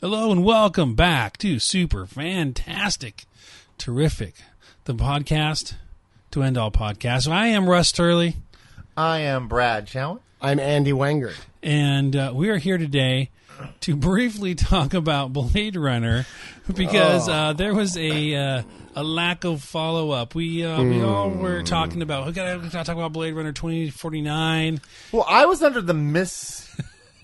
Hello and welcome back to Super Fantastic Terrific, the podcast to end all podcasts. I am Russ Turley, I am Brad Chowan. I'm Andy Wenger. and uh, we are here today to briefly talk about Blade Runner because Oh. uh, there was a uh, a lack of follow up. We uh, we all Hmm. were talking about we got to talk about Blade Runner twenty forty nine. Well, I was under the mis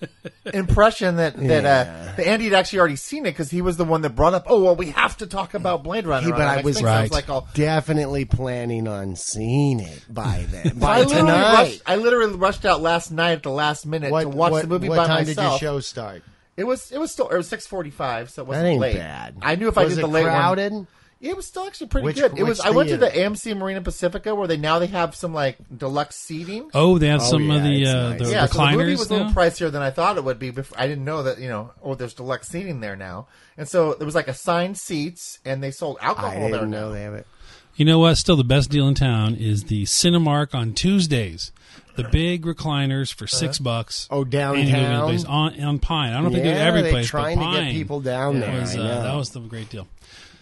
impression that that, uh, that Andy had actually already seen it because he was the one that brought up. Oh well, we have to talk about Blade Runner. Hey, on but our I next was- thing." So I Right. like, all, Definitely planning on seeing it by then. I by literally tonight. rushed. I literally rushed out last night at the last minute to watch the movie what by time myself. did your show start? It was it was still it was six forty five, so it wasn't That ain't late. bad. I knew if I Was did it the late crowded? one, Oh, it was still actually pretty Which- good. It was. which I went to the theater? AMC Marina Pacifica where they now they have some like deluxe seating. Oh, they have some of yeah, the it's uh, nice. the yeah, so the movie recliners was a now. little pricier than I thought it would be. Before I didn't know that you know, oh, there's deluxe seating there now, and so there was like assigned seats, and they sold alcohol I there. didn't now. know they have it. You know what? Still, the best deal in town is the Cinemark on Tuesdays. The big recliners for six bucks. Oh, Any movie in the downtown? place. on on Pine. I don't think yeah, they're every they're place, trying but to Pine get people down there. was, I uh, know. that was the great deal.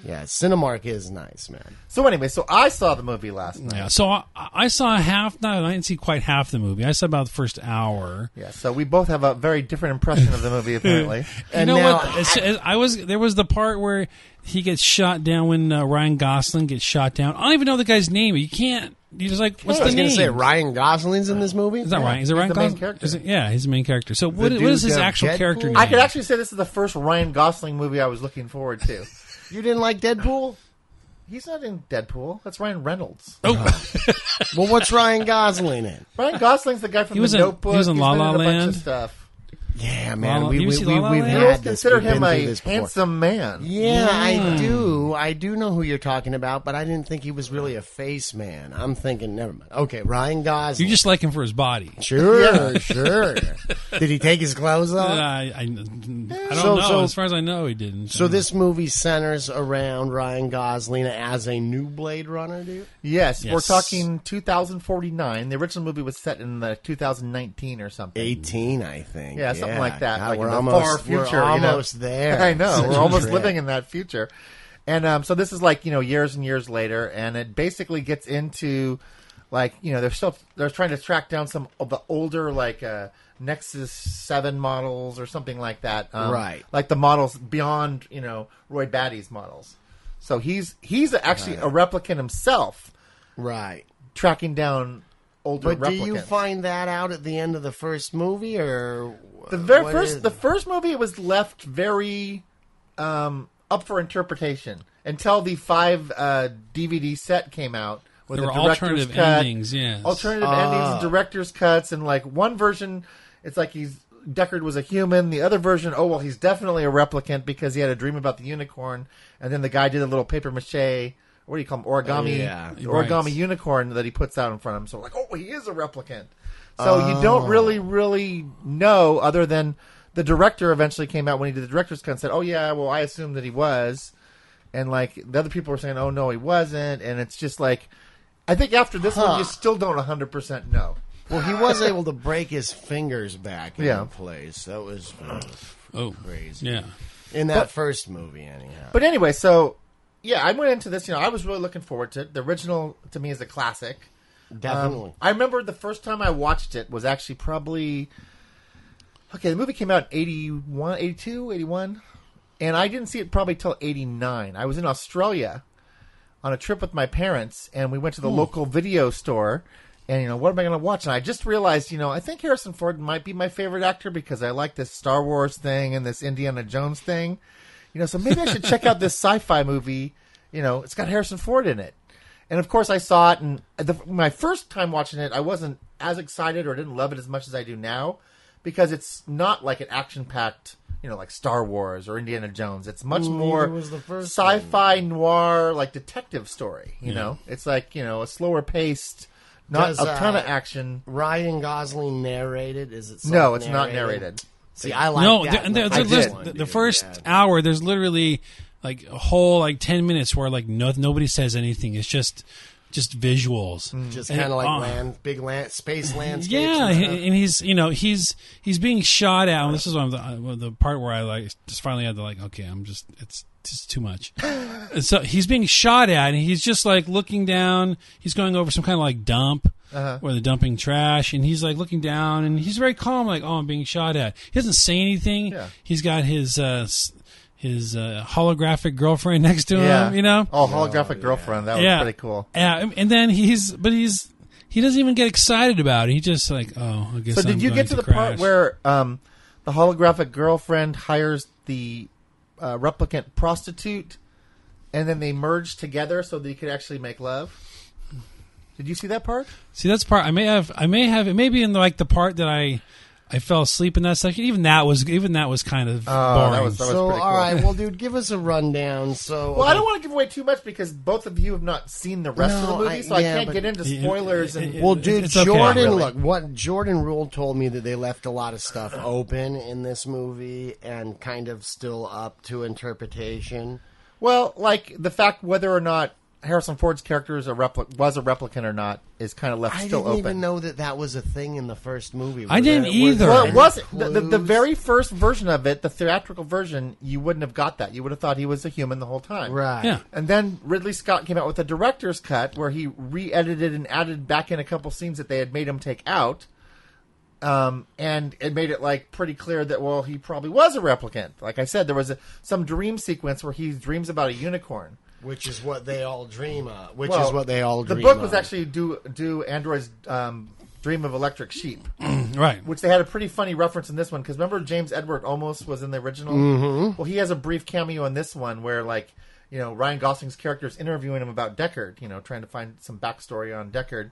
yeah, Cinemark is nice, man. So anyway, so I saw the movie last night. Yeah. So I, I saw half. No, I didn't see quite half the movie. I saw about the first hour. Yeah, so we both have a very different impression of the movie apparently. And you know now what? As- as I, was there was the part where he gets shot down when uh, Ryan Gosling gets shot down. I don't even know the guy's name. You can't. You're just like, what's I was the going name? to say Ryan Gosling's in this movie. Is that Ryan? Is it He's Ryan the main Gosling? character. Is it- yeah, he's the main character. So what, what dude is his of actual Deadpool? character name? I could actually say this is the first Ryan Gosling movie I was looking forward to. You didn't like Deadpool? He's not in Deadpool. That's Ryan Reynolds. Oh, well, what's Ryan Gosling in? Ryan Gosling's the guy from He was the in- Notebook. he was in He's La been La a bunch Land. of stuff. Yeah, La man. La- we, you we, see we, La La we've Land? I always had this. consider we've been him through a this before. handsome man. Yeah, I do. I do know who you're talking about, but I didn't think he was really a face man. I'm thinking, never mind. Okay, Ryan You Gosling. just like him for his body. sure, sure. Did he take his clothes Uh, off? I, I, I don't So- know. so- as far as I know, he didn't. So this movie centers around Ryan Gosling as a new Blade Runner, dude. Yes, we're Yes. talking 2049. The original movie was set in the 2019 or something. 18, I think. Yeah, something like that. God, like we're in the almost, far we're future. you know? almost there. I know. Such we're a almost trip. living in that future. And um, so this is like you know years and years later, and it basically gets into like you know they're still they're trying to track down some of the older like uh, Nexus Seven models or something like that, um, Right. Like the models beyond you know Roy Batty's models. So he's he's actually a replicant himself, Right. tracking down older But do replicants. you find that out at the end of the first movie, or The very what first, is- the first movie was left very um, up for interpretation until the five uh, DVD set came out. With There the were director's alternative cut, endings, yes. alternative Ah. endings, and director's cuts, and like one version, it's like he's Deckard was a human. The other version, oh well, he's definitely a replicant because he had a dream about the unicorn, and then the guy did a little paper mache. What do you call him? Origami, Yeah. origami Right. unicorn that he puts out in front of him. So like, oh, he is a replicant. So you don't really, really know other than the director eventually came out when he did the director's cut and said, oh yeah, well I assumed that he was, and like the other people were saying, oh no, he wasn't, and it's just like, I think after this one you still don't hundred percent know. Well, he was able to break his fingers back in Yeah. place. That was oh, crazy. yeah. In that first movie, anyhow. But anyway, so yeah, I went into this. You know, I was really looking forward to it. The original to me is a classic. Um, Definitely. I remember the first time I watched it was actually probably okay. The movie came out in 81, 82, 81, and I didn't see it probably till eighty nine. I was in Australia on a trip with my parents, and we went Hmm. to the local video store. And you know what am I going to watch? And I just realized, you know, I think Harrison Ford might be my favorite actor because I like this Star Wars thing and this Indiana Jones thing. You know, so maybe I should check out this sci-fi movie. You know, it's got Harrison Ford in it. And of course, I saw it, and the, my first time watching it, I wasn't as excited or didn't love it as much as I do now because it's not like an action-packed, you know, like Star Wars or Indiana Jones. It's much more was the first sci-fi noir, like detective story. You know, it's like you know a slower paced, not Does, a ton uh, of action. Ryan Gosling narrated? Is it? No, it's not narrated. See, I like no, that. there, in there, the there, first there's- one, the, the dude. first Yeah. hour, there's literally like a whole like ten minutes where like no, nobody says anything. It's just just visuals. Mm. Just And- kind of like uh, land, big land, space landscapes. Yeah, and he- stuff. and he's you know he's he's being shot at. And this is one of the uh, the part where I like just finally had to like okay, I'm just it's just too much. And so he's being shot at, and he's just like looking down. He's going over some kind of like dump where they're dumping trash, and he's like looking down, and he's very calm, like oh, I'm being shot at. He doesn't say anything. Yeah. He's got his. Uh, s- his uh, holographic girlfriend next to yeah, him, Um, you know. Oh, holographic girlfriend. That was Yeah. pretty cool. Yeah, and then he's but he's he doesn't even get excited about it. He just like, oh, I guess. So I'm did you going get to the crash. part where um, the holographic girlfriend hires the uh, replicant prostitute, and then they merge together so they could actually make love? Did you see that part? See, that's part I may have. I may have. It may be in the, like the part that I I fell asleep in that section. Even that was even that was kind of boring. Oh, that was- that was- so, pretty all cool. right, well, dude, give us a rundown. So, Well, I don't want to give away too much because both of you have not seen the rest of No, the movie, I- so I yeah, can't but- get into spoilers. it- And it- Well, dude, It's okay. Jordan, Really. look, what Jordan Rule told me that they left a lot of stuff open in this movie and kind of still up to interpretation. well, like the fact whether or not Harrison Ford's character is a repli- was a replicant or not is kind of left I still didn't open. even know that that was a thing in the first movie. I Were didn't there- were either. there Well, Any it was the, clues? the, the very first version of it, the theatrical version. You wouldn't have got that. You would have thought he was a human the whole time, right. yeah. And then Ridley Scott came out with a director's cut where he re-edited and added back in a couple scenes that they had made him take out, um, and it made it like pretty clear that well he probably was a replicant. Like I said, there was a, some dream sequence where he dreams about a unicorn. Which is what they all dream of. Which Well, is what they all The dream book was of. actually do do Android's um, dream of electric sheep. Right. which they had a pretty funny reference in this one because remember James Edward almost was in the original. Mm-hmm. Well, he has a brief cameo in this one where like you know Ryan Gosling's character is interviewing him about Deckard, you know, trying to find some backstory on Deckard,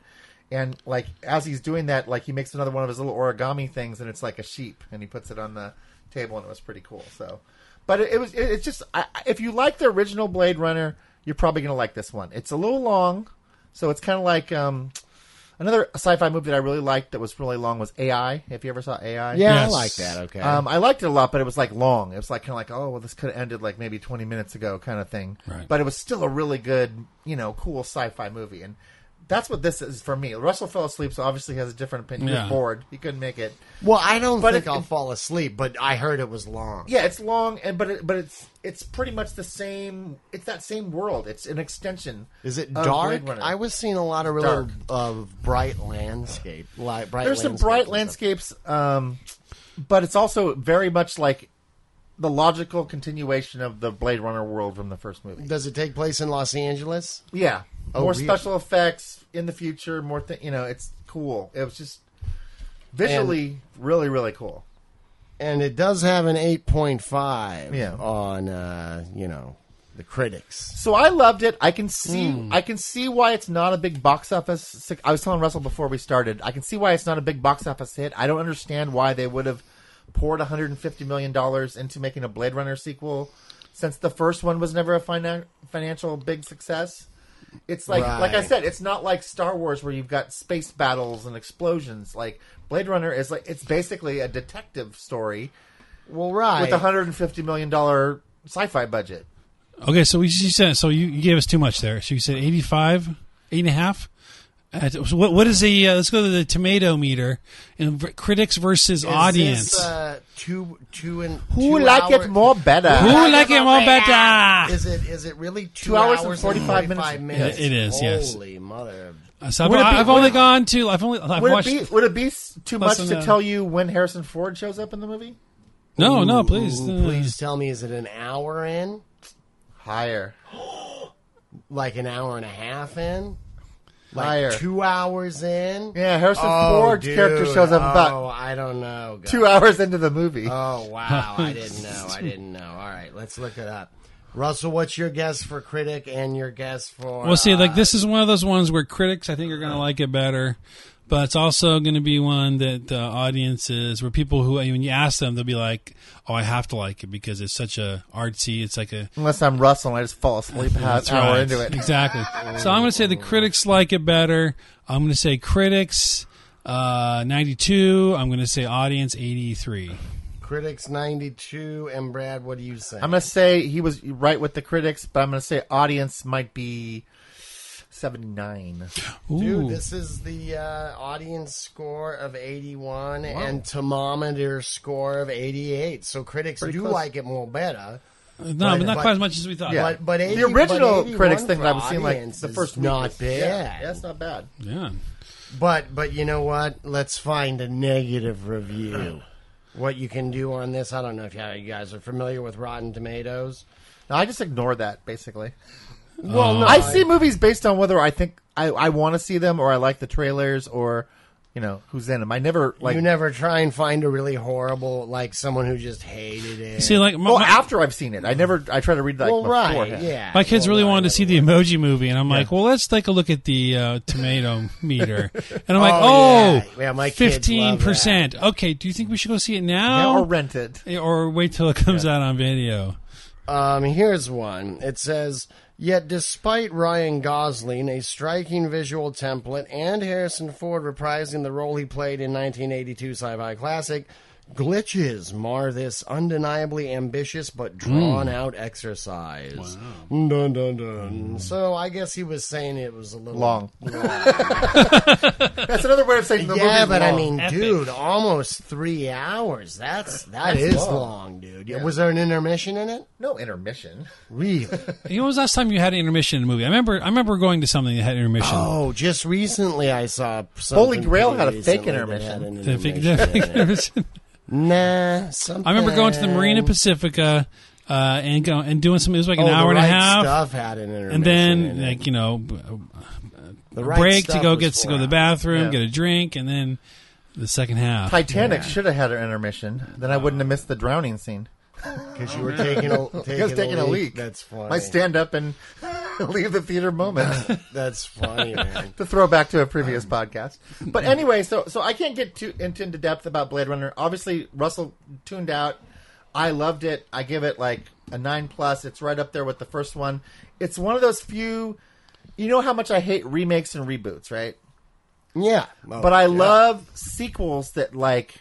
and like as he's doing that, like he makes another one of his little origami things, and it's like a sheep, and he puts it on the table, and it was pretty cool. So, but it, it was it, it's just I, I- if you like the original Blade Runner, you're probably gonna like this one. It's a little long, so it's kind of like um. Another sci-fi movie that I really liked that was really long was AI. If you ever saw AI, Yeah, Yes. I like that. Okay. um, I liked it a lot, but it was like long. It was like kind of like, oh, well, this could have ended like maybe twenty minutes ago, kind of thing. Right. But it was still a really good, you know, cool sci-fi movie, and that's what this is for me. Russell fell asleep, so obviously has a different opinion. He Yeah. was bored. He couldn't make it. well, I don't but think it- I'll fall asleep, but I heard it was long. Yeah, it's long, and but it, but it's it's pretty much the same. It's that same world. It's an extension. Is it of dark? Blade Runner. I was seeing a lot of Dark. really of bright landscape. Like, bright There's some landscapes and bright stuff. landscapes, um, but it's also very much like the logical continuation of the Blade Runner world from the first movie. Does it take place in Los Angeles? Yeah, Oh, more weird. special effects in the future. More, th- you know, it's cool. It was just visually really, really cool. and it does have an 8.5 Yeah. on uh, you know the critics So I loved it. I can see, Hmm. I can see why it's not a big box office. suc- I was telling Russell before we started. I can see why it's not a big box office hit. I don't understand why they would have poured 150 million dollars into making a Blade Runner sequel, since the first one was never a finan- financial big success. It's like, like I Right. said, it's not like Star Wars where you've got space battles and explosions. Like Blade Runner is like, it's basically a detective story well right with a 150 million dollar sci-fi budget. Okay, so we you said so you, you gave us too much there. So you said 85, eight and a half. Uh, so what what is the uh, let's go to the tomato meter and v- critics versus Is audience. this, uh, two two and Who two like hour- it more better? Who Who like it more better? is it is it really two, Two hours and 45 45 minutes. minutes It- it is, yes. holy mother of- So I've, Would it be- I've only gone to I've only I've Would watched it be would it be s- too much Listen, to uh, tell you when Harrison Ford shows up in the movie? no no Ooh, please ooh, uh, please tell me is it an hour in Higher, like an hour and a half in like higher. two hours in yeah, Harrison Oh, Ford's dude. character shows up oh about I don't know God. two hours into the movie. Oh wow! I didn't know. I didn't know. All right, let's look it up. Russell, what's your guess for critic and your guess for? Well, see, like uh, this is one of those ones where critics, I think, are going to like it better, but it's also going to be one that uh, audiences, where people who, when you ask them, they'll be like, "Oh, I have to like it because it's such a artsy. It's like a Unless I'm Russell and I just fall asleep half That's hour right. into it. exactly." so I'm going to say the critics like it better. I'm going to say critics uh, 92. I'm going to say audience 83. critics ninety two and Brad, what do you say? I'm gonna say he was right with the critics, but I'm gonna say audience might be seventy nine. Ooh. Dude, this is the uh, audience score of 81 and Thermometer score of 88. So critics do close. like it more better. no, but not but- quite as much as we thought. Yeah. Yeah. But but 80, The original but 81 critics thing for that I was seeing, like, audience the is first week not Yeah, bad. that's not bad. But but you know what? Let's find a negative review. what you can do on this, I don't know if you you guys are familiar with Rotten Tomatoes. No, I just ignore that basically. Well, no, I see movies based on whether I think I, I want to see them or I like the trailers or you know who's in them. I never like you never try and find a really horrible like someone who just hated it. See, like my, well my- after I've seen it. I never I try to read like well, right, beforehand. yeah. my kids Well, really right. wanted to see the emoji movie, and I'm like, well, let's take a look at the uh, tomato meter. And I'm like, Oh, oh, yeah. Yeah, my kids love 15%. Okay, do you think we should go see it Yeah, now? or rent it. or wait till it comes out on video. Um, here's one. It says, Yet despite Ryan Gosling, a striking visual template, and Harrison Ford reprising the role he played in 1982's sci fi classic, glitches mar this undeniably ambitious but Hmm. drawn out exercise. Dun, dun, dun. So I guess he was saying it was a little Long. that's another way of saying the yeah, movie's but I long. mean, dude, almost three hours. That's that's long. dude. Was there an intermission in it? no intermission. Really? You know, when was the last time you had an intermission in a movie? I remember, I remember going to something that had intermission. Oh, just recently I saw something Holy Grail had a pretty fake recently that intermission. had an The fig- intermission. the fig- intermission. Nah, something. I remember going to the Marina Pacifica uh, and go, and doing something. It was like an Oh, The hour and a Right half, Stuff had an intermission. and in then it. like you know, b- the a Right break to Stuff go was get to four go to the hours. bathroom, Yeah. get a drink, and then the second half. Titanic should have had an intermission. Then I wouldn't have missed the drowning scene. because you were taking a taking, I was taking a leak. That's funny. My stand up and leave the theater moment. That's funny, man. to throw back to a previous podcast. But anyway, so so I can't get too into, into depth about Blade Runner. Obviously, Russell tuned out. I loved it. I give it like a nine plus. It's right up there with the first one. It's one of those few. You know how much I hate remakes and reboots, right? Oh, Yeah, But I love sequels that like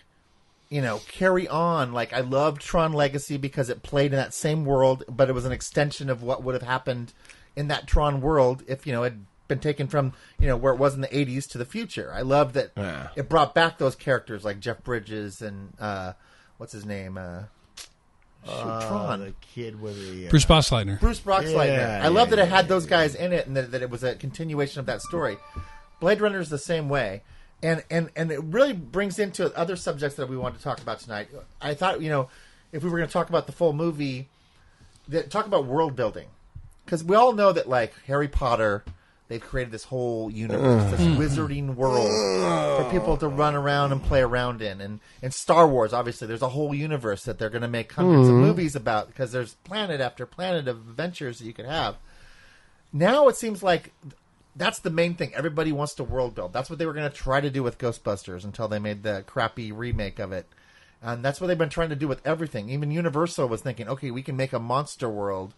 you know carry on. Like I loved Tron Legacy because it played in that same world, but it was an extension of what would have happened in that Tron world if you know it had been taken from you know where it was in the 80s to the future. I love that Yeah. it brought back those characters like Jeff Bridges and uh what's his name uh, Uh, Tron. the kid with the uh, Bruce Bossleitner. Bruce Boxleitner. Yeah, I love yeah, that it had those guys in it, and that, that it was a continuation of that story. Blade Runner is the same way, and and and it really brings into other subjects that we wanted to talk about tonight. I thought you know, if we were going to talk about the full movie, that talk about world building, because we all know that like Harry Potter. They've created this whole universe, this wizarding world for people to run around and play around in, and and Star Wars. Obviously, there's a whole universe that they're going to make hundreds of movies about because there's planet after planet of adventures that you could have now it seems like that's the main thing. Everybody wants to world build. That's what they were going to try to do with Ghostbusters until they made the crappy remake of it. And that's what they've been trying to do with everything. Even Universal was thinking, okay, we can make a monster world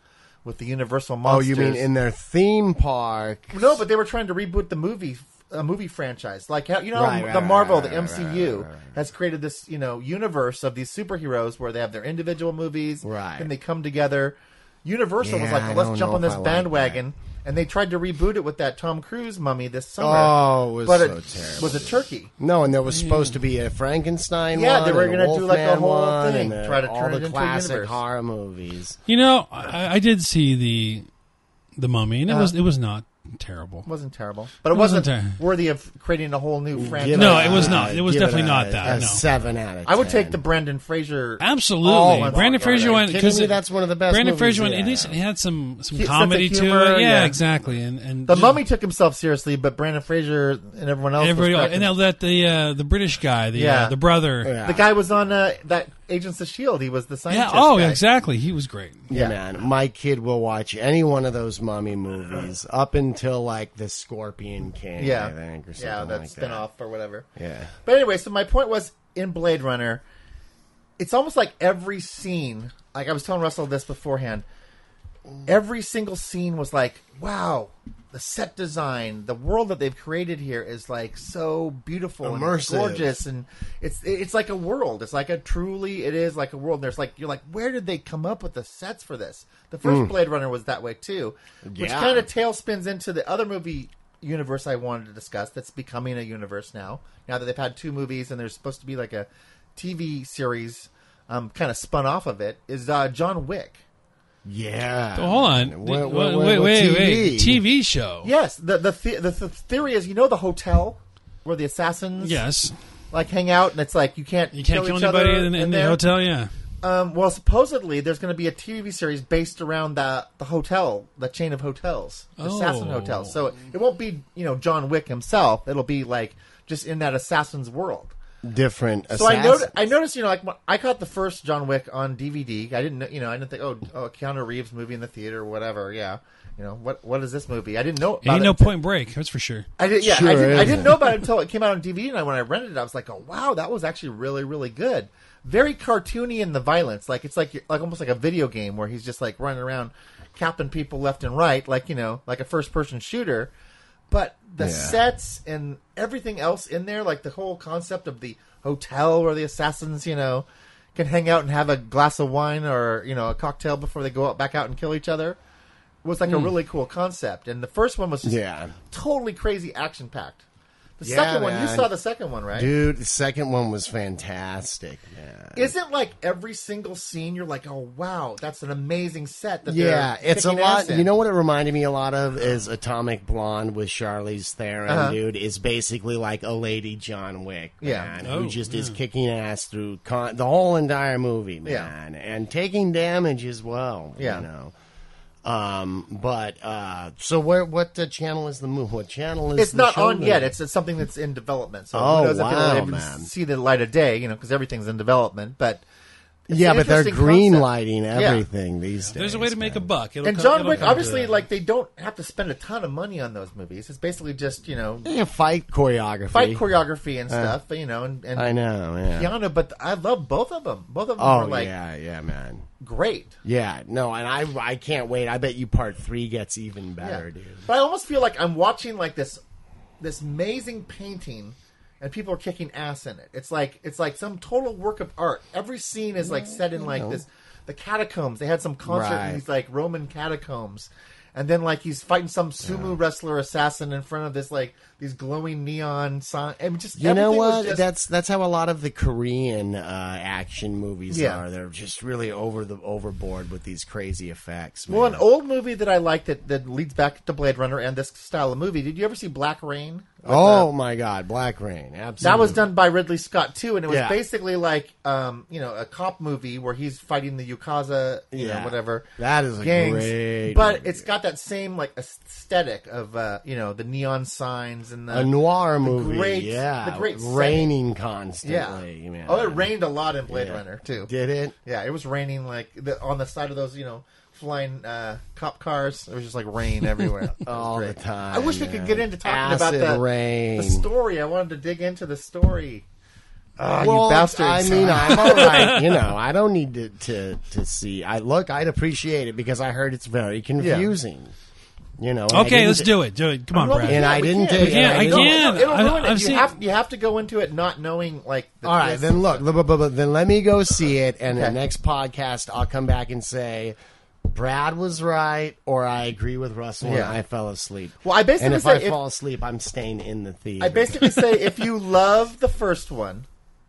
with the Universal Oh, monsters. you mean in their theme park? No, but they were trying to reboot the movie a movie franchise. Like how you know Right, right, the right, Marvel, right, the right, right, MCU has created this, you know, universe of these superheroes where they have their individual movies Right. and they come together. Universal was Yeah, like, I well, let's don't jump know on if this I like bandwagon. and they tried to reboot it with that Tom Cruise mummy this summer. Oh, it was but so it terrible. was a turkey. No, and there was supposed to be a Frankenstein. Yeah, one they were and gonna do, like, a Wolfman whole one thing, and, uh, try to all turn it the into a classic universe. horror movies. You know, I, I did see the the Mummy, Uh-huh. and it was it was not terrible. It wasn't terrible, but it Wasn't wasn't, ter- worthy of creating a whole new franchise. Give No, a- it was not. It was give definitely a- not that, A no. seven out of. I would 10. take the Brendan Fraser. Absolutely, Oh, Brandon my God. Fraser Are you went kidding because me? That's one of the best Brandon movies Fraser went. yet. At least it had some some Sense of comedy humor, to it. Yeah, yeah. exactly. And and The just- Mummy took himself seriously, but Brandon Fraser and everyone else. was Everybody, cracking- and they'll let the uh, the British guy, the uh, Yeah. the brother, Yeah. The guy was on uh, that Agents of Shield. E He was the Yeah. scientist. Oh, guy. exactly. He was great. Yeah, Yeah. man, my kid will watch any one of those mummy movies up until like the Scorpion King. Yeah, I think, or something yeah, that like that. spinoff or whatever. Yeah. But anyway, so my point was in Blade Runner, it's almost like every scene. Like I was telling Russell this beforehand. every single scene was like, wow, the set design, the world that they've created here is like so beautiful Immersive. and gorgeous, and it's it's like a world. It's like a truly, it is like a world. And there's like you're like, where did they come up with the sets for this? The first Blade Runner was that way too, which Yeah. kind of tailspins into the other movie universe I wanted to discuss. That's becoming a universe now. Now that they've had two movies and there's supposed to be like a TV series, um, kind of spun off of it is uh, John Wick. Yeah. Hold on. Wait, Wait, wait, wait, wait, wait, TV. TV show. Yes, the the, the, the the theory is you know the hotel where the assassins Yes. like hang out, and it's like you can't You can't kill, each anybody other in, in the there. hotel, yeah. Um, well, supposedly there's going to be a TV series based around the the hotel, the chain of hotels, the assassin Oh. hotels. So it, it won't be you know John Wick himself. It'll be like just in that assassin's world. Different. So I assassins. noticed, I noticed, you know, like when- I caught the first John Wick on DVD. I didn't know, you know, I didn't think, oh, oh, Keanu Reeves movie in the theater, whatever. Yeah, you know, what what is this movie? I didn't know. About Ain't it no point break, that's for sure. I did, yeah, Sure I, did, I isn't. didn't know about it until it came out on DVD, and I, when I rented it, I was like, "Oh wow, that was actually really, really good." Very cartoony in the violence, like it's like you're- like almost like a video game where he's just like running around, capping people left and right, like you know, like a first person shooter. But the Yeah. sets and everything else in there, like the whole concept of the hotel where the assassins, you know, can hang out and have a glass of wine or you know a cocktail before they go out back out and kill each other, was like a really cool concept. And the first one was just Hmm. Yeah. totally crazy action packed. The Yeah, second one, you man. saw the second one, right? Dude, the second one was fantastic. Man. Isn't like every single scene you're like, oh wow, that's an amazing set. That Yeah, they're it's a kicking ass lot. in." You know what it reminded me a lot of is Atomic Blonde with Charlize Theron. Uh-huh. Dude is basically like a lady John Wick, Yeah. man, Oh, who just is kicking ass through con- the whole entire movie, Yeah. man, and taking damage as well. Yeah. you know. Um, but uh, so where? What uh, channel is the movie? What channel is? it's the not show on yet. now? It's, it's something that's in development. So Oh, who knows if wow, it'll even man. see the light of day? You know, because everything's in development. But yeah, an but they're interesting green concept. lighting everything these days. There's a way to make a man. buck. It'll and come- John it'll Wick, come to obviously, that. like they don't have to spend a ton of money on those movies. It's basically just you know Yeah, fight choreography. fight choreography and stuff. but, you know, and, and Uh, I know. Yeah. Keanu, but I love both of them. Both of them oh are like yeah, yeah, man. great. Yeah, no, and I I can't wait. I bet you part three gets even Yeah. better, dude. But I almost feel like I'm watching like this this amazing painting and people are kicking ass in it. It's like it's like some total work of art. Every scene is like set in like this the catacombs. They had some concert Right. in these like Roman catacombs. And then like he's fighting some sumo wrestler assassin in front of this like these glowing neon sign. I mean, just You know everything was what? just- That's that's how a lot of the Korean uh, action movies Yeah. are. They're just really over the overboard with these crazy effects. Man. well, an old movie that I like that, that leads back to Blade Runner and this style of movie. Did you ever see Black Rain? oh my God, Black Rain, absolutely. That was done by Ridley Scott too, and it was Mm-hmm. Yeah. basically like um, you know a cop movie where he's fighting the Yukaza, you Yeah. know, whatever. That is a gangs, great but movie. it's got that same like aesthetic of uh, you know the neon signs and the a noir movie. great- yeah, the great raining yeah. constantly. Man. Oh, it rained a lot in Blade Yeah. Runner too. Did it? Yeah, it was raining like the, on the side of those you know flying uh, cop cars. It was just like rain everywhere It was All great. the time, I wish we could man. get into talking Acid about the rain. the story. I wanted to dig into the story. Ah, Well, you bastards! I mean, I'm all right. You know, I don't need to, to to see. I look, I'd appreciate it because I heard it's very confusing. You know. and I Okay, let's didn't- do it. Do it. Come on, No, we Brad. And can't, I we didn't can't. take- We can't, I It'll- can't. It'll, I've- ruin it. I've you seen- have you have to go into it not knowing like. The, All right, this- then look, bu- bu- bu- then let me go see it, and the Okay. next podcast I'll come back and say Brad was right, or I agree with Russell, and Yeah. I fell asleep. Well, I basically and if say I if- fall asleep, I'm staying in the theater. I basically say if you love the first one,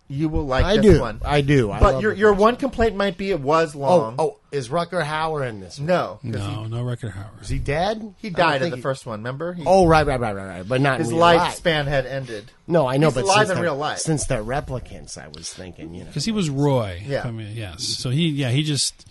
you will like I this do, one. I do, I but love your the your first one complaint might be it was Oh, long. oh, is Rucker Hauer in this? one? no, 'cause no, no record Howard. Is he dead? he I don't died in think the he- first one. Remember? He, Oh, right, right, right, right, right, but not his in real life. lifespan had ended. No, I know, He's but alive since in they're- real life. Since they're replicants, I was thinking, you know. Because he was Roy. Yeah. I mean, yes. So he, yeah, he just,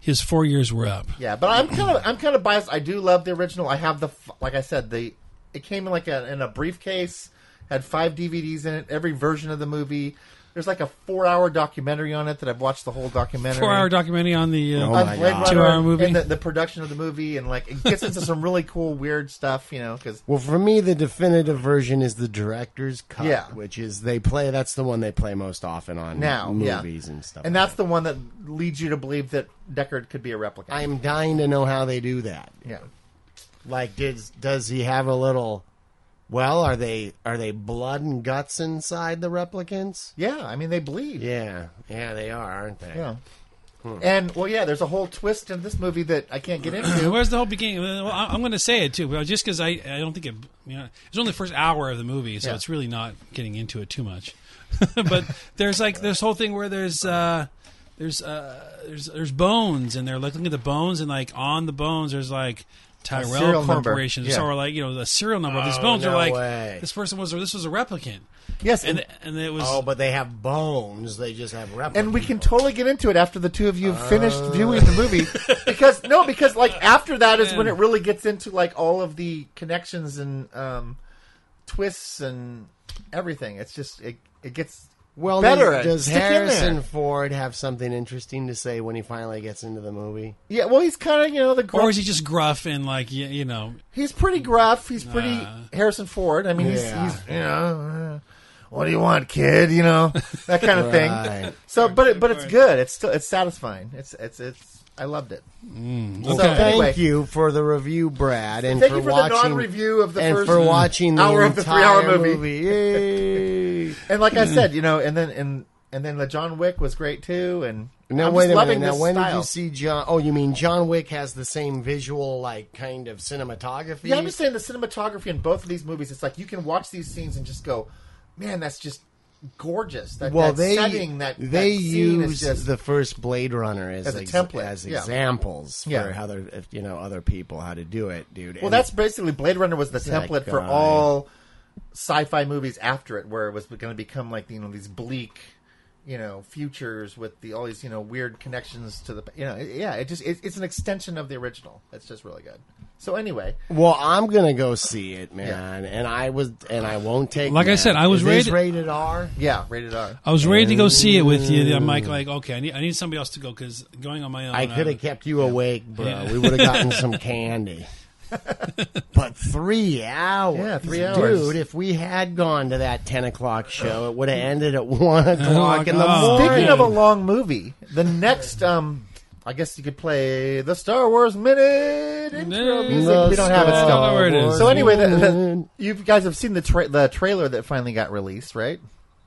his four years were up. Yeah, but I'm kind of I'm kind of biased. I do love the original. I have the f- like I said the it came in like a, in a briefcase, had five DVDs in it, every version of the movie. There's like a four-hour documentary on it that I've watched the whole documentary. Four-hour documentary on the. Uh, Oh on my Blade God. Runner Two-hour movie. and the, the production of the movie, and like it gets into some really cool, weird stuff, you know. Because Well, for me, the definitive version is the director's cut, Yeah. which is they play. That's the one they play most often on now, yeah, movies and stuff. and like that's the one that leads you to believe that Deckard could be a replicant. that. I'm dying to know how they do that. yeah, Like, did does he have a little? Well, are they are they blood and guts inside the replicants? yeah. I mean, they bleed. Yeah, yeah, they are, aren't they? Yeah. And well, yeah. There's a whole twist in this movie that I can't get into. Where's the whole beginning? Well, I- I'm going to say it too, but just because I, I don't think it. You know, it's only the first hour of the movie, so Yeah. it's really not getting into it too much. but there's like this whole thing where there's uh, there's uh, there's there's bones, and they're like looking at the bones, and like on the bones, there's like Tyrell serial number. Corporation, Yeah. or like you know the serial number of these Oh, bones are no like way. this person was this was a replicant, yes, and and and it was Oh, but they have bones. They just have replicants. and we can totally get into it after the two of you have finished viewing the movie because no because like after that is when it really gets into like all of the connections and um twists and everything it's just it, it gets Well, better does, at- does stick in there. Harrison Ford have something interesting to say when he finally gets into the movie? yeah well he's kind of you know the or gruff, is he just gruff and like y you know he's pretty gruff he's pretty Nah. harrison ford i mean Yeah. he's, he's you know uh, what do you want kid you know that kind of thing Right. so but it, but it's good it's still it's satisfying it's it's it's i loved it So, okay. Thank Anyway. you for the review, Brad, and Thank for, you for watching the non-review of the and first for watching the hour of the entire three-hour movie. movie. Yay. and like I said, you know, and then and and then the John Wick was great too, and Now I'm wait just a loving minute. Now this when did style. you see John? Oh, you mean John Wick has the same visual, like kind of cinematography? Yeah, I'm just saying the cinematography in both of these movies. It's like you can watch these scenes and just go, man, that's just gorgeous. That, well, that they setting that they that scene use is just the first Blade Runner as, As a ex- template, as yeah. examples Yeah. for how other you know other people how to do it, dude. well, And- that's basically Blade Runner was the that template for guy. all sci-fi movies after it, where it was going to become like you know these bleak. You know, futures with the all these you know weird connections to the you know it- yeah it just it, it's an extension of the original. It's just really good. So anyway, Well, I'm gonna go see it, man, and I was, and I won't take. Like I that. said, I was Is this rated- rated R. yeah, rated R. I was ready to go see it with you. I'm like, like okay, I need, I need somebody else to go because going on my own. I could uh, have kept you awake, bro. We would have gotten some candy. but three hours, Yeah, three hours. dude. If we had gone to that ten o'clock show, it would have ended at one o'clock in the Oh, morning. Speaking of a long movie, the next, um, I guess you could play the Star Wars minute intro The music. We don't have it Star still. Wars Minute. So anyway, the, the, you guys have seen the tra- the trailer that finally got released, right?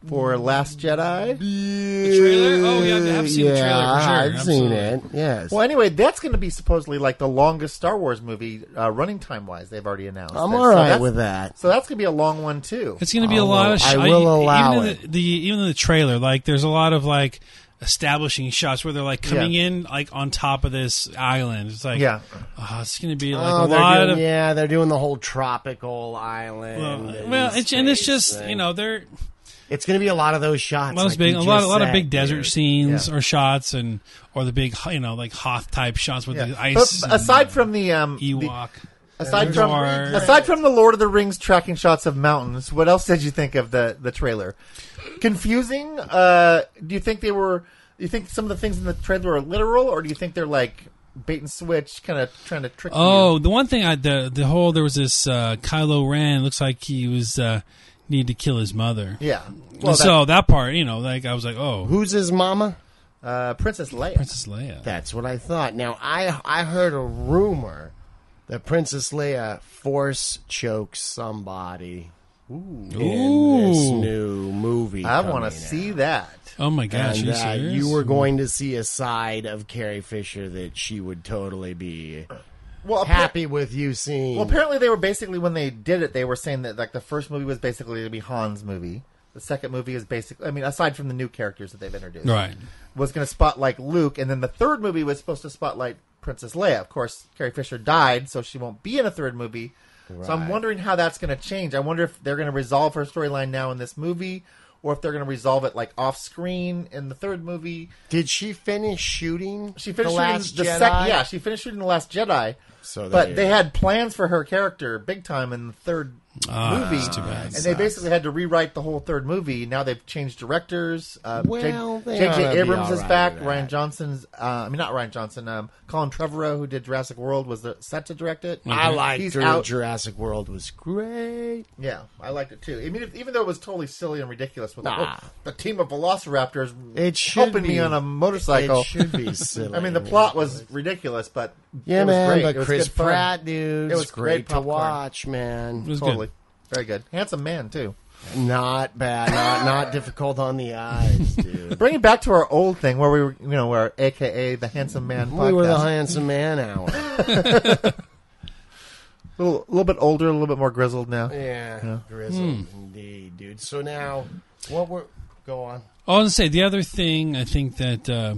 For Last Jedi. the trailer? Oh, yeah, I have seen the trailer for sure, I've seen absolutely. it. Yes. Well, anyway, that's going to be supposedly like the longest Star Wars movie uh, running time wise. They've already announced. I'm it. all So right that's- with that. So that's going to be a long one too. It's going to be a I'll- lot of. Sh- e I will allow even in The, the even in the trailer, like there's a lot of like establishing shots where they're like coming Yeah. in like on top of this island. It's like, Yeah. oh, it's going to be like Oh, a they're lot doing, of. yeah, they're doing the whole tropical island. Well, uh, well, it's, and it's space just thing. you know they're It's going to be a lot of those shots. a lot of like big you a lot a just lot of said, big desert dude. scenes Yeah. or shots and or the big you know like Hoth type shots with Yeah. the ice. But and aside from the um, the- Ewok. Aside There's from our- aside from the Lord of the Rings tracking shots of mountains, what else did you think of the the trailer? Confusing? Uh, do you think they were? Do you think some of the things in the trailer are literal, or do you think they're like bait and switch, kind of trying to trick you? Oh, the one thing I the the whole there was this uh, Kylo Ren looks like he was uh, needed to kill his mother. yeah. And Well, that, so that part, you know, like I was like, oh, Who's his mama? uh, Princess Leia. Princess Leia. That's what I thought. Now I I heard a rumor that Princess Leia force chokes somebody in this Ooh. new movie. I want to coming out. see that. Oh my gosh, And are you that serious? you were going to see a side of Carrie Fisher that she would totally be Well, appar- happy with you seeing. Well, apparently they were basically when they did it, they were saying that like the first movie was basically going to be Han's movie. The second movie is basically, I mean, aside from the new characters that they've introduced, right. was going to spotlight Luke, and then the third movie was supposed to spotlight Princess Leia. Of course, Carrie Fisher died, so she won't be in a third movie. So I'm Right. wondering how that's going to change. I wonder if they're going to resolve her storyline now in this movie, or if they're going to resolve it like off screen in the third movie. Did she finish shooting? She finished the last shooting the Jedi? second. Yeah, she finished shooting the Last Jedi. So there but you they go. had plans for her character big time in the third Ah, movie, too bad. and they basically had to rewrite the whole third movie. Now they've changed directors. Uh, Well, J- they J.J. oughta be Abrams all is right back. with that. Ryan Johnson's, uh, I mean, not Ryan Johnson. Um, Colin Trevorrow, who did Jurassic World, was the, set to direct it. Mm-hmm. I like He's Jur- out. Jurassic World was great. Yeah, I liked it too. I mean, if, even though it was totally silly and ridiculous with the, Nah. whole, the team of velociraptors It should helping me be. on a motorcycle. It should be silly. I mean, the plot was ridiculous, but Yeah, it was man, great. but it was Chris good fun. Pratt, dude, It was great great, to popcorn. watch, It man. was totally good. very good, handsome man too. Not bad, not not difficult on the eyes, dude. Bringing back to our old thing where we were, you know, where AKA the handsome man podcast. we were the handsome man hour. a little, little bit older, a little bit more grizzled now. Yeah, grizzled Hmm. indeed, dude. So now, what were go on? I was gonna say the other thing. I think that uh,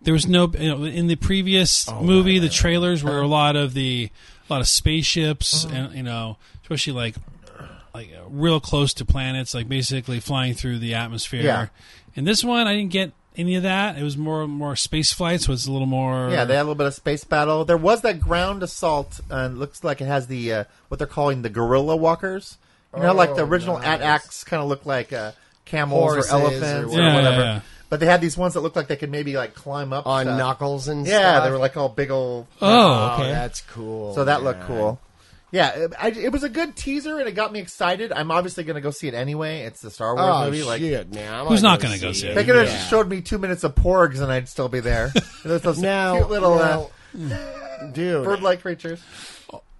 there was no you know, in the previous movie. the trailers were a lot of the a lot of spaceships, and you know, especially like like uh, real close to planets, like basically flying through the atmosphere. Yeah. And this one, I didn't get any of that. It was more more space flights. Was a little more Yeah, they had a little bit of space battle. There was that ground assault, and it looks like it has the uh, what they're calling the gorilla walkers. You know, how, like the Oh, original nice. AT-ACs kind of look like uh, camels Horses or or elephants or, whatever. Yeah, whatever. yeah, yeah. But they had these ones that looked like they could maybe like climb up On stuff. knuckles and Yeah, stuff? they were like all big old. oh okay. that's cool. so that looked man. cool. Yeah, it, I, it was a good teaser, and it got me excited. I'm obviously going to go see it anyway. It's the Star Wars Oh movie. Like, shit, man! I'm Who's gonna not gonna go see it? They could have Yeah. just showed me two minutes of porgs and I'd still be there. There's those Now, cute little now, dude. uh, bird-like creatures.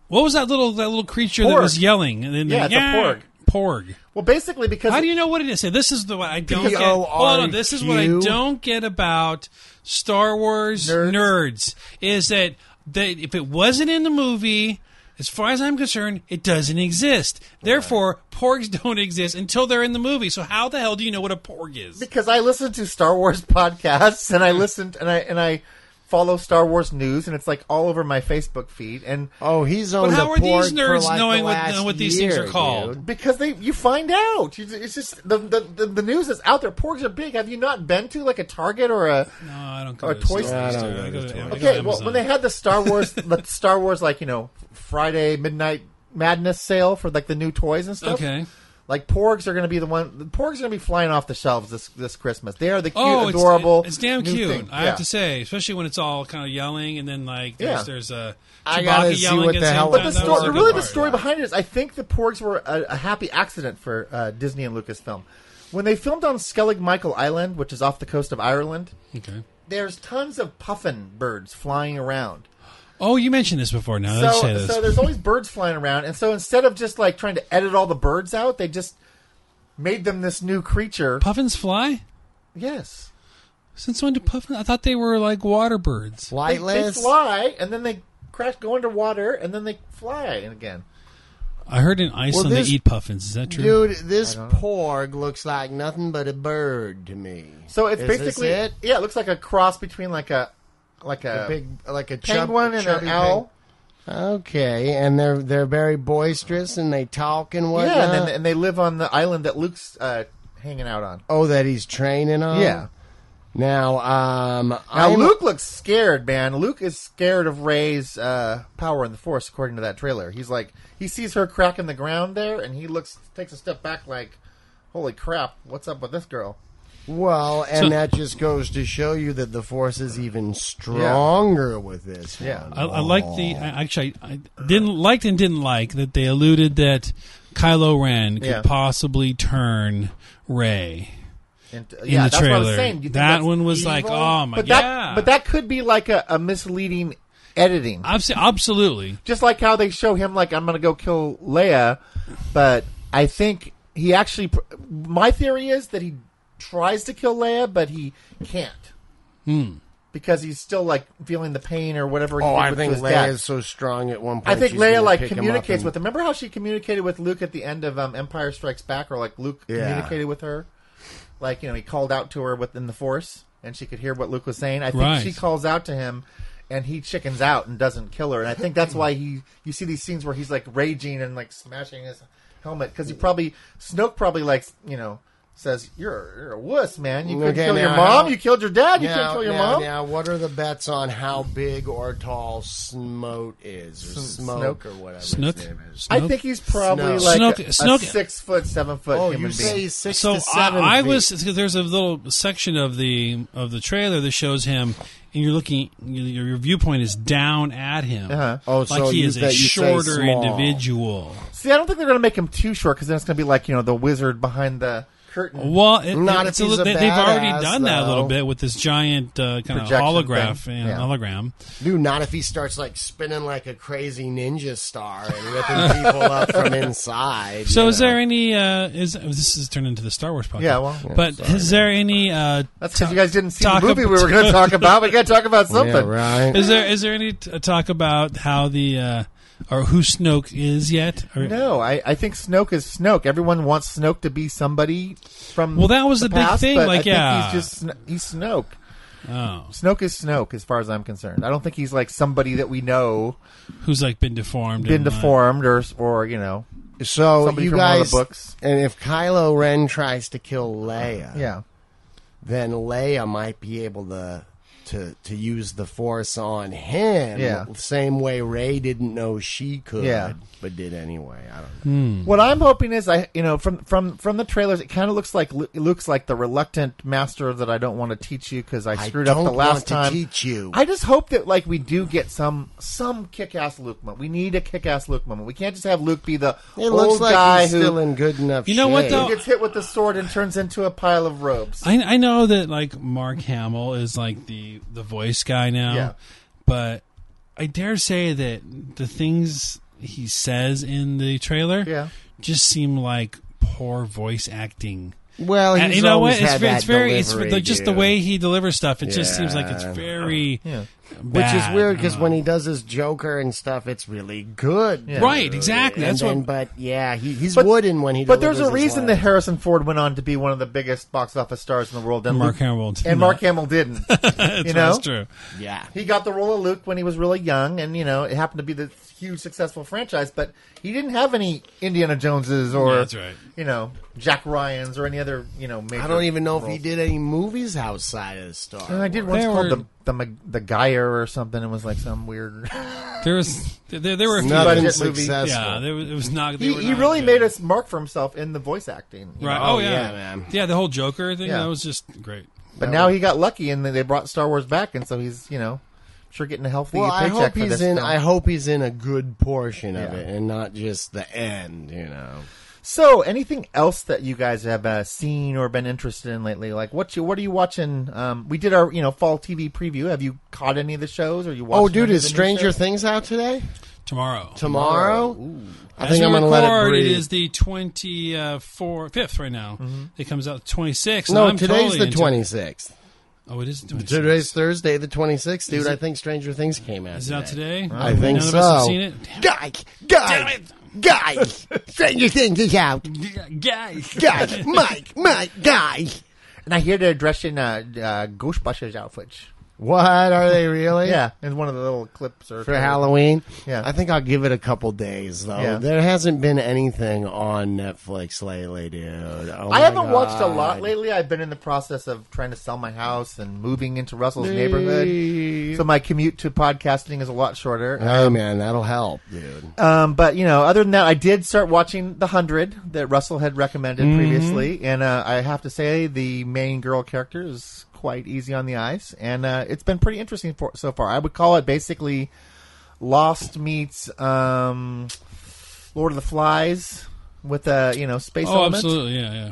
What was that little that little creature that Porg. was yelling? And then Yeah, it's a porg. Porg. Well, basically because How do you know what it is? Hey, This is the what I don't get. P-O-R-Q? Hold on, this is what I don't get about Star Wars nerds, Nerds? is that that if it wasn't in the movie, as far as I'm concerned, it doesn't exist. Therefore, porgs don't exist until they're in the movie. So how the hell do you know what a porg is? because I listen to Star Wars podcasts and I listened and I and I follow Star Wars news and it's like all over my Facebook feed and Oh, he's on. But how the are these porg for nerds like knowing the what- last what these things are year, called? dude. because they you find out You- it's just the the, the the news is out there. Porgs are big. Have you not been to like a Target or a No, I don't go Or to Toy Toy Story. Story. I I don't go go to to- Toy I go to Okay, well, Amazon. when they had the Star Wars, the Star Wars, like you know, Friday midnight madness sale for like the new toys and stuff. okay. Like Porgs are going to be the one. The Porgs are going to be flying off the shelves this this Christmas. They are the cute, Oh, it's- adorable. It's, damn new cute. thing. I Yeah. have to say, especially when it's all kind of yelling, and then like there's Yeah. there's a I Chewbacca gotta see yelling what at the same hell time. But it the is. That That was story, a good really, the part. story behind it is, I think the Porgs were a, a happy accident for uh, Disney and Lucasfilm. When they filmed on Skellig Michael Island, which is off the coast of Ireland, Okay. there's tons of puffin birds flying around. Oh, you mentioned this before. Now let's say so, this. so there's always birds flying around, and so instead of just like trying to edit all the birds out, they just made them this new creature. puffins fly? Yes, Since when do puffins? I thought they were like water birds. they, they Flightless. fly, and then they crash, go underwater, and then they fly again. I heard in Iceland this- they eat puffins. Is that true? Dude, this porg looks like nothing but a bird to me. So it's Is this basically it? yeah, it looks like a cross between like a like a, a big, like a chub- penguin and chubby an owl. peng- Okay, and they're they're very boisterous and they talk and whatnot. Yeah, and, then, and they live on the island that Luke's uh, hanging out on. oh, that he's training on. Yeah. Now, um, Now I'm- Luke looks scared, man. Luke is scared of Ray's uh, power in the Force, according to that trailer. He's like, he sees her crack in the ground there, and he looks, takes a step back, like, "Holy crap, what's up with this girl?" Well, and So- that just goes to show you that the force is even stronger with this. Yeah. one. I, I like the. I, actually, I I didn't liked and didn't like that they alluded that Kylo Ren could Yeah. possibly turn Ray And, uh, in yeah, the that's trailer. what I was saying. You think that that's one was evil? like, oh my but that, god! but that could be like a, a misleading editing, Abso- absolutely. just like how they show him like, "I'm gonna go kill Leia," but I think he actually. pr- My theory is that he tries to kill Leia, but he can't. Because he's still like feeling the pain or whatever. he Oh, did I with think his Leia dad. is so strong at one point. I think she's Leia gonna like pick him up communicates and- with him. Remember how she communicated with Luke at the end of um, Empire Strikes Back, or like Luke Yeah. communicated with her? Like you know, he called out to her within the Force, and she could hear what Luke was saying. I think Right. she calls out to him, and he chickens out and doesn't kill her. And I think that's why he you see these scenes where he's like raging and like smashing his helmet because he probably Snoke probably like you know says, "You're you're a wuss, man. You couldn't Okay, kill your now mom. how- You killed your dad. You can't kill your now, mom." now, what are the bets on how big or tall Smote is, or Sn- Smoke, Snoke. or whatever Snook? his name is? I Snoke? think he's probably Snoke. like Snoke- a, Snoke- a six foot, seven foot Oh, human you being. say six so to seven I, I feet. was because there's a little section of the of the trailer that shows him, and you're looking your, your viewpoint is down at him. Uh-huh. Oh, Like so he you- is a that you say shorter small. individual. See, I don't think they're going to make him too short because then it's going to be like you know the wizard behind the curtain. Well, it, Not it's if a he's little, a they, have already badass, done that a little though. bit with this giant uh, kind of Projection holograph thing. and Yeah. hologram. Dude, not if he starts like spinning like a crazy ninja star and ripping people up from inside. So, you is know? there any? Uh, is this is turned into the Star Wars podcast? Yeah, well, yeah, but is there any? Uh, That's because you guys didn't see the Talk movie we about- were going to talk about. We got to talk about something. Yeah, right. is there is there any t- talk about how the uh, or who Snoke is yet? Or, No, I, I think Snoke is Snoke. Everyone wants Snoke to be somebody from Well, that was the big past, thing, but like, I think yeah. he's just Sn- he's Snoke. Oh, Snoke is Snoke, as far as I'm concerned. I don't think he's like somebody that we know who's like been deformed? been and, uh, deformed or or you know So Somebody you from one guys, of the books. and if Kylo Ren tries to kill Leia, yeah. then Leia might be able to to to use the Force on him. Yeah. same way Ray didn't know she could, Yeah. but did anyway. I don't. know. What I'm hoping is I you know from from from the trailers it kind of looks like Lu- it looks like the reluctant master that I don't want to teach you because I I screwed up don't the last want to time. teach you. I just hope that like we do get some some kick ass Luke moment. We need a kick ass Luke moment. We can't just have Luke be the It old looks like guy he's who still in good enough. You know what, shape. though? He gets hit with the sword and turns into a pile of robes. I, I know that like Mark Hamill is like the the voice guy now, Yeah. but I dare say that the things he says in the trailer Yeah. just seem like poor voice acting. Well, And he's Uh, you know what? always It's, had ve- that it's very it's delivery, the, just the dude. way he delivers stuff. It just seems like it's Yeah. very Yeah. Which is bad. weird because Uh, when he does his Joker and stuff, it's really good. Yeah. right exactly And that's then, what but yeah, he, he's But- wooden when he. But there's a delivers his reason that lines. Harrison Ford went on to be one of the biggest box office stars in the world, and Mark Luke- Hamill did and not. Mark Hamill didn't. that's, you know? that's true. Yeah, he got the role of Luke when he was really young, and you know it happened to be the huge successful franchise. But he didn't have any Indiana Joneses or Yeah, that's right. you know Jack Ryan's or any other you know. Major I don't even know if he roles. did any movies outside of Star. And I did Wars. once There called were- the the Mag- the Geyer or something. It was like some weird. There was there, there were a few Nothing budget movie. successful. yeah there was, it was not they he were he not really good. made a mark for himself in the voice acting. you right know? oh, Oh, yeah yeah, man. yeah the whole Joker thing Yeah. that was just great. But now he got lucky, and they brought Star Wars back, and so he's you know sure getting a healthy Well, I paycheck hope for he's this in. film. I hope he's in a good portion of Yeah. it and not just the end. You know. So, anything else that you guys have uh, seen or been interested in lately? Like, what you what are you watching? Um, we did our you know fall TV preview. Have you caught any of the shows? Or you watching Oh, dude, any of is the new Stranger shows? Things out today? Tomorrow. Tomorrow? I As think we I'm gonna record, let it breathe. Mm-hmm. is the 24th, 5th right now. It comes out 26th. no, I'm today's totally the into- 26th. Oh, it is the 26th. Today's Thursday, the 26th, dude. I think Stranger Things came out. Is it out today? I think None so. of us have seen it? Guy, Damn guy, it. guy. Stranger Things is out. Guys. Guy, Mike, Mike, guy. And I hear they're dressing uh, uh, Ghostbusters outfits. What are they really? Yeah, in one of the little clips or For Halloween, Yeah. I think I'll give it a couple days though. Yeah. There hasn't been anything on Netflix lately, dude. Oh my I haven't watched a lot God. lately. I've been in the process of trying to sell my house and moving into Russell's neighborhood, so my commute to podcasting is a lot shorter. Hey oh, man, that'll help, dude. Um, but you know, other than that, I did start watching The Hundred that Russell had recommended Mm-hmm. previously, and uh, I have to say the main girl character is quite easy on the eyes, and uh, it's been pretty interesting for, so far. I would call it basically Lost meets um, Lord of the Flies with a you know space Oh, element, absolutely. Yeah, yeah.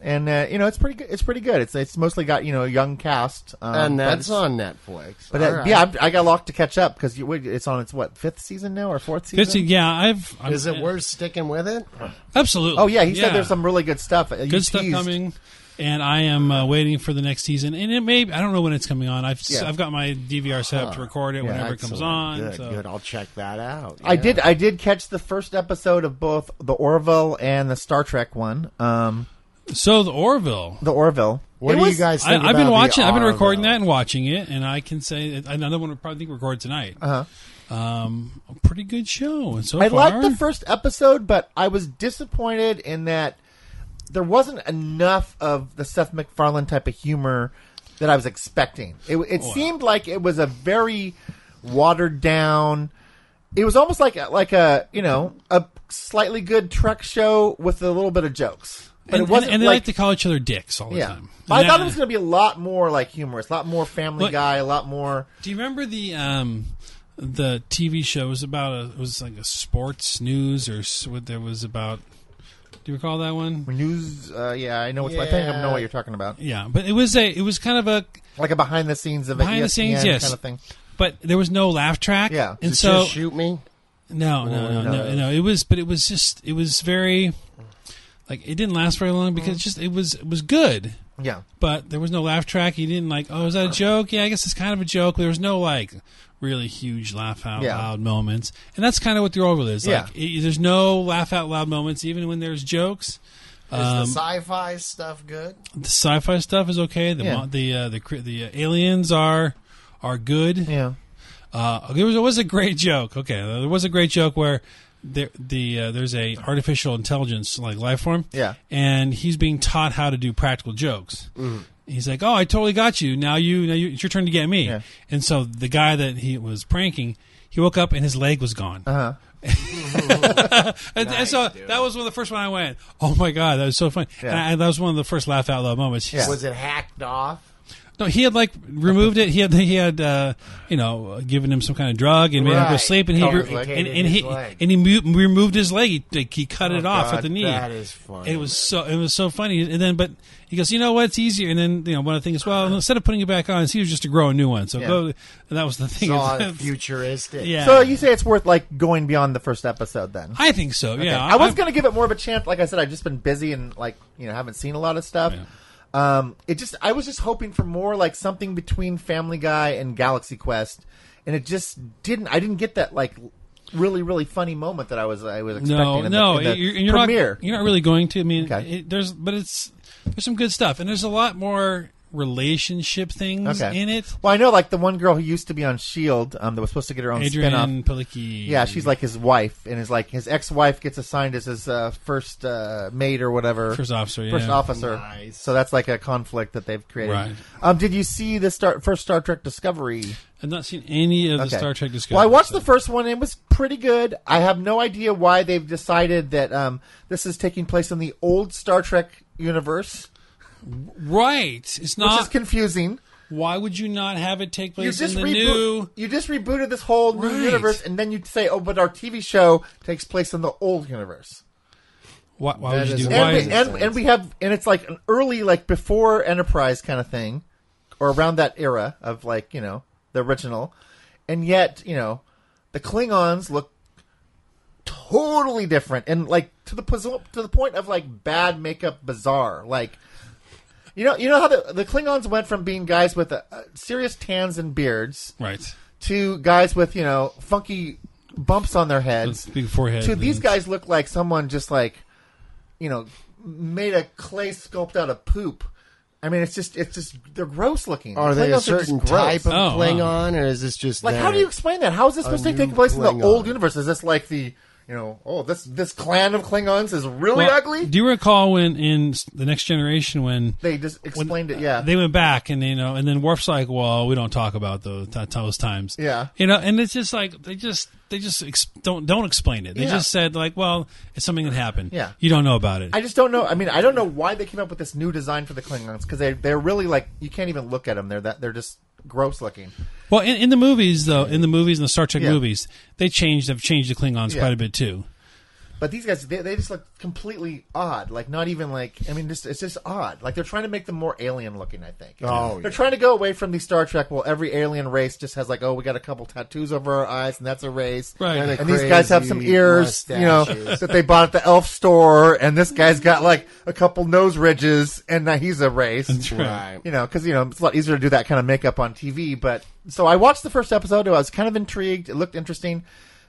and uh, you know it's pretty good. It's pretty good. It's it's mostly got you know a young cast, um, and but that's it's- on Netflix. But All uh, right. yeah, I, I got a lot to catch up because it's on its what fifth season now or fourth season. It's, yeah, I've. I'm- is it worth sticking with it? Absolutely. Oh yeah, he said there's some really good stuff. Uh, You good stuff teased- coming. And I am uh, waiting for the next season, and it may—I don't know when it's coming on. I've Yeah. I've got my DVR set up to record it whenever it comes Uh-huh. on. Excellent. Good, so. good. I'll check that out. I Yeah. did. I did catch the first episode of both the Orville and the Star Trek one. Um, so the Orville, the Orville. It What do was- you guys I, think? I've about been the watching. I've been Orville? recording that and watching it, and I can say that another one would probably think record tonight. Uh huh. Um, a pretty good show. And so Uh-huh. I far, liked the first episode, but I was disappointed in that there wasn't enough of the Seth MacFarlane type of humor that I was expecting. It, it seemed like it was a very watered down. It was almost like a, like a you know a slightly good truck show with a little bit of jokes, but and, it wasn't and, and they like, like to call each other dicks all the yeah. time. But I And thought that- it was going to be a lot more like humorous, a lot more Family Look- Guy, a lot more. Do you remember the um, the TV show it was about a it was like a sports news or s- what there was about? Do you recall that one? News, uh, yeah, I know. What, I think I know what you're talking about. Yeah, but it was a it was kind of a Like a behind the scenes of E Behind a the scenes, ESPN yes. kind of thing. but there was no laugh track. Yeah. and Did so you shoot me? no, no, no, no. no, no. It was, but it was just it was very like it didn't last very long because just it was it was good, Yeah, but there was no laugh track. He didn't like, oh, is that a joke? Yeah, I guess it's kind of a joke. There was no like really huge laugh out Yeah. loud moments, and that's kind of what the Orville is. Like, it- there's no laugh out loud moments, even when there's jokes. Is Um, the sci-fi stuff good? The sci-fi stuff is okay. The Yeah. mo- the uh, the cri- the uh, aliens are are good. yeah. Uh, there was, there was a great joke. Okay, there was a great joke where there, the uh, there's a artificial intelligence like life form. Yeah. and he's being taught how to do practical jokes. Mm-hmm. He's like, "Oh, I totally got you. Now you, now you, it's your turn to get me." Yeah. And so the guy that he was pranking, he woke up and his leg was gone. Uh-huh. And, and so that was one of the first one I went, "Oh my god, that was so funny!" Yeah. And I, that was one of the first laugh out loud moments. Yeah. Was it hacked off? No, he had like removed it. He had he had uh, you know uh, given him some kind of drug and made him go Right. sleep, and he Covered his and, leg. Oh, and, His he leg. and he mu- removed his leg. He, like, he cut it off at God, the knee. That is funny. it was so it was so funny. And then but he goes, you know what? It's easier. And then you know one of the things, well, instead of putting it back on, it's easier just to grow a new one. So Yeah. uh, go. And that was the thing. Saw futuristic. yeah, So you say it's worth like going beyond the first episode then? I think so. Yeah, I was I'm- gonna give it more of a chance. Like I said, I've just been busy and like you know haven't seen a lot of stuff. Um, it just I was just hoping for more like something between Family Guy and Galaxy Quest, and it just didn't. I didn't get that like really really funny moment that I was I was expecting. No, in no, the, in the you're, you're premiere. not. You're not really going to. I mean, Okay. it, there's, but it's there's some good stuff, and there's a lot more relationship things okay. in it. Well, I know like the one girl who used to be on Shield, um, that was supposed to get her own spin off. Adrian Palicki. Yeah, she's like his wife, and is like his ex-wife gets assigned as his uh, first uh, mate or whatever, First officer, first yeah. officer. Nice. So that's like a conflict that they've created. Right. Um, did you see the start first Star Trek Discovery? I've not seen any of the Okay. Star Trek Discovery. Well, I watched so- the first one; it was pretty good. I have no idea why they've decided that um, this is taking place in the old Star Trek universe, right. It's which not. is confusing. why would you not have it take You place Ah. in just the reboot. new? You just rebooted this whole new Right. universe, and then you say, "Oh, but our TV show takes place in the old universe." Why, why That would you is do? a- Why and is we, it? and, and we have and it's like an early like before enterprise kind of thing or around that era of like you know the original and yet you know the klingons look totally different and like to the pos- to the point of like bad makeup bizarre like you know you know how the, the klingons went from being guys with uh, uh, serious tans and beards Right. to guys with you know funky bumps on their heads Big forehead. to these and- guys look like someone just like you know made a clay sculpt out of poop i mean it's just it's just they're gross looking Are Klingons they a just certain gross. type Oh, of wow. Klingon, or is this just like how their- do you explain that how is this supposed to new take place in Klingon. the old universe is this like the you know oh this this clan of klingons is really Well, ugly Do you recall when in s- the Next Generation when? they just when, explained uh, it yeah they went back and you know, and then Worf's like, "Well, we don't talk about those th- those times." Yeah. you know, and it's just like they just they just ex- don't don't explain it. They Yeah. just said like, "Well, it's something that happened." Yeah. you don't know about it. I just don't know. I mean, I don't know why they came up with this new design for the Klingons because they they're really like you can't even look at them. They're that they're just gross looking. well, in, in the movies though, in the movies, in the Star Trek Yeah. movies, they changed have changed the Klingons Yeah. quite a bit too. But these guys, they, they just look completely odd. Like not even like I mean, just it's just odd. Like they're trying to make them more alien looking. I think. Oh, they're yeah. trying to go away from the Star Trek. Well, every alien race just has like, oh, we got a couple tattoos over our eyes, and that's a race. Right. Kinda And these guys have crazy some ears, you know, mustaches. that they bought at the elf store, and this guy's got like a couple nose ridges, and now he's a race right. you know, because you know it's a lot easier to do that kind of makeup on TV. But so I watched the first episode. I was kind of intrigued. It looked interesting.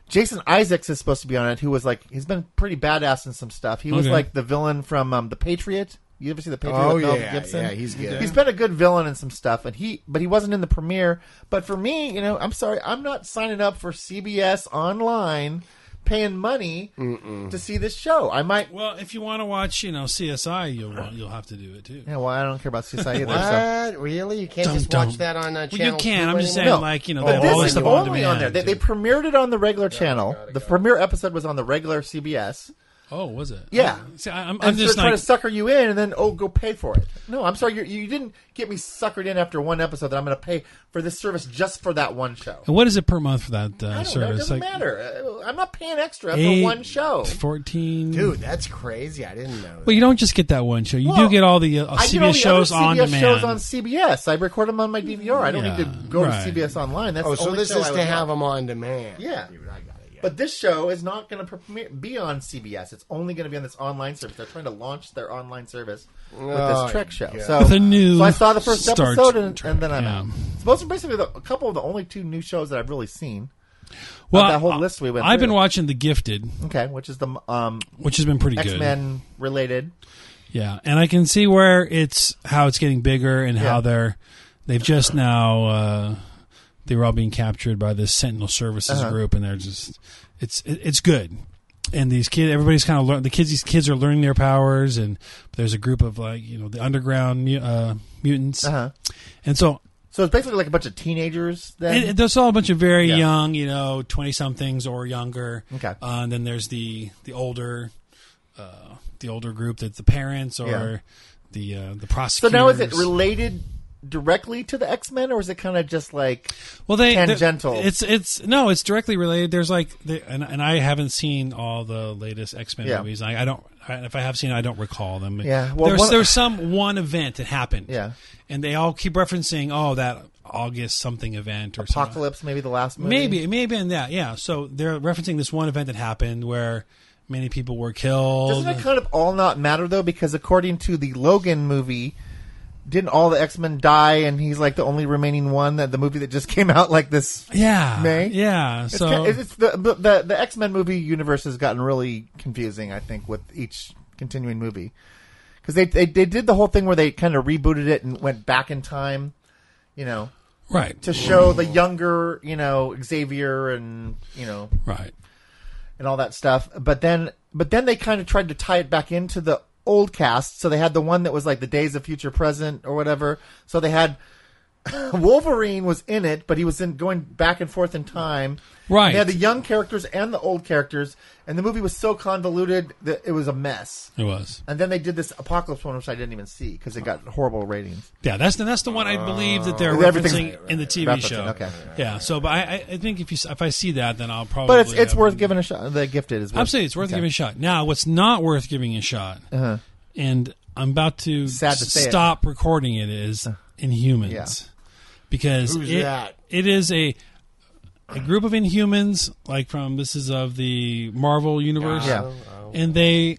Jason Isaacs is supposed to be on it. Who was like he's been pretty badass in some stuff. He was Okay. like the villain from um, the Patriot. You ever see the Patriot? Oh with Mel yeah, Gibson? yeah, he's good. He's been a good villain in some stuff, and he but he wasn't in the premiere. But for me, you know, I'm sorry, I'm not signing up for CBS online paying money to see this show. I might. Well, if you want to watch, you know, CSI, you'll want, you'll have to do it too. Yeah, well, I don't care about CSI either. so. What? Really? You can't Dum just dum. watch that on uh, Well, you channel can. two I'm just anymore? saying, No. like you know, they But this always is have on only demand. on there. They, they premiered it on the regular channel. The premiere episode was on the regular CBS. oh, was it? Yeah. See, I- I'm, I'm And so just they're trying like, to sucker you in, and then oh, go pay for it. No, I'm sorry, you you didn't get me suckered in after one episode that I'm going to pay for this service just for that one show. and what is it per month for that uh, I don't know. It service? doesn't like matter. Uh, I'm not paying extra eight, for one show. fourteen. Dude, that's crazy. I didn't know. Well, you don't just get that one show. You Well, do get all the uh, I get all CBS the shows other on CBS demand. shows on CBS. I record them on my DVR. I don't need Yeah, to go right. to CBS online. That's Oh, the so only this show is I to would have watch. them on demand. Yeah. Dude, I got it. Yeah. But this show is not going to be on CBS. It's only going to be on this online service. They're trying to launch their online service with Oh, this Trek show. yeah. So, With a new so I saw the first Star episode and, Trek, and then I'm yeah. out. So those are basically the, a couple of the only two new shows that I've really seen. well, that whole I- list we went I've been through. watching The Gifted, Okay, which is the um, which has been pretty X good. Men related. Yeah, and I can see where it's how it's getting bigger and how Yeah. they're they've just now uh, they were all being captured by this Sentinel Services Uh-huh. group, and they're just it's it, it's good. And these kids, everybody's kind of learn the kids. These kids are learning their powers, and there's a group of like you know the underground mu- uh, mutants, Uh huh. and so So it's basically like a bunch of teenagers. Then And, and there's all a bunch of very Yeah. young, you know, twenty somethings or younger. Okay. Uh, and then there's the the older, uh, the older group that's the parents or Yeah. the uh, the so prosecutors. now is it related directly to the X Men, or is it kind of just like well, they, they're- tangential? It's it's no, it's directly related. There's like, the, and and I haven't seen all the latest X Men Yeah. movies. I, I don't. I, if I have seen, it, I don't recall them. Yeah, well, there's one- there's some one event that happened. Yeah. And they all keep referencing, oh, that August something event or something. Apocalypse? Maybe the last movie. Maybe, maybe in that, yeah. So they're referencing this one event that happened where many people were killed. Doesn't it kind of all not matter though? Because according to the Logan movie, didn't all the X Men die, and he's like the only remaining one that the movie that just came out like this. yeah, May? yeah. It's, So ki- it's, it's the the, the X Men movie universe has gotten really confusing. I think with each continuing movie, because they, they they did the whole thing where they kind of rebooted it and went back in time, you know, right, to show the younger, you know, Xavier and you know right. and all that stuff. But then, but then they kind of tried to tie it back into the old cast. So they had the one that was like the Days of Future Present or whatever. So they had Wolverine was in it, but he was in going back and forth in time. Right. They had the young characters and the old characters, and the movie was so convoluted that it was a mess. It was. And then they did this apocalypse one, which I didn't even see because it got horrible ratings. Yeah, that's the that's the one I Uh, believe that they're Everything's- referencing in the TV referencing, show. okay. Yeah. So, but I, I- I think if you s- if I see that, then I'll probably. But it's it's uh, worth giving a shot. The gifted is worth Absolutely, it's worth Okay. Uh-huh. giving a shot. Now, what's not worth giving a shot, and I'm about to, Sad to s- say it. Uh-huh. stop recording it, is Inhumans. Yeah. Because Who's it- that? it is a a group of Inhumans, like from this is of the Marvel universe, Yeah. Oh, oh. and they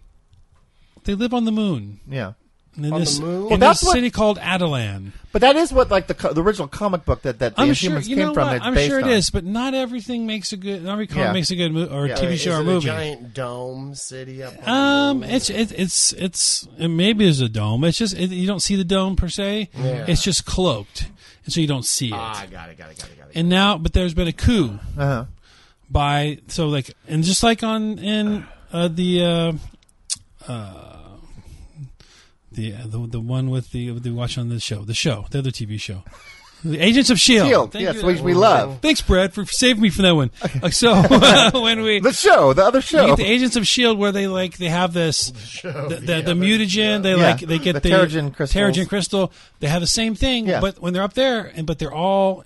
they live on the moon. Yeah. And in On the this, moon? in Well, that's this what- city called Adelan. But that is what like the co- the original comic book that that the I'm Inhumans sure you came know from. what? it's I'm based sure it on. is, but not everything makes a good. Not every comic Yeah. makes a good movie or Yeah. TV Uh, Is show it or a movie. giant dome city up on the Um, moon? it's it, it's it's it maybe it's a dome. It's just it, you don't see the dome per se. Yeah. It's just cloaked, and so you don't see it. Ah, I got it, got it, got it, got it. and now, but there's been a coup Uh-huh. by so like and just like on in uh, the uh, uh, the uh, the the one with the the watch on the show, the show, the other TV show, the Agents of Shield. Shield, E Thank E yes, you. which we love. Thanks, Brad, for saving me from that one. Uh, so when we The show, the other you show. get the Agents of Shield E where they like they have this the, the, the mutagen. They Yeah. like they get the, The Terrigen crystals. Terrigen crystal. They have the same thing, Yeah. but when they're up there, and but they're all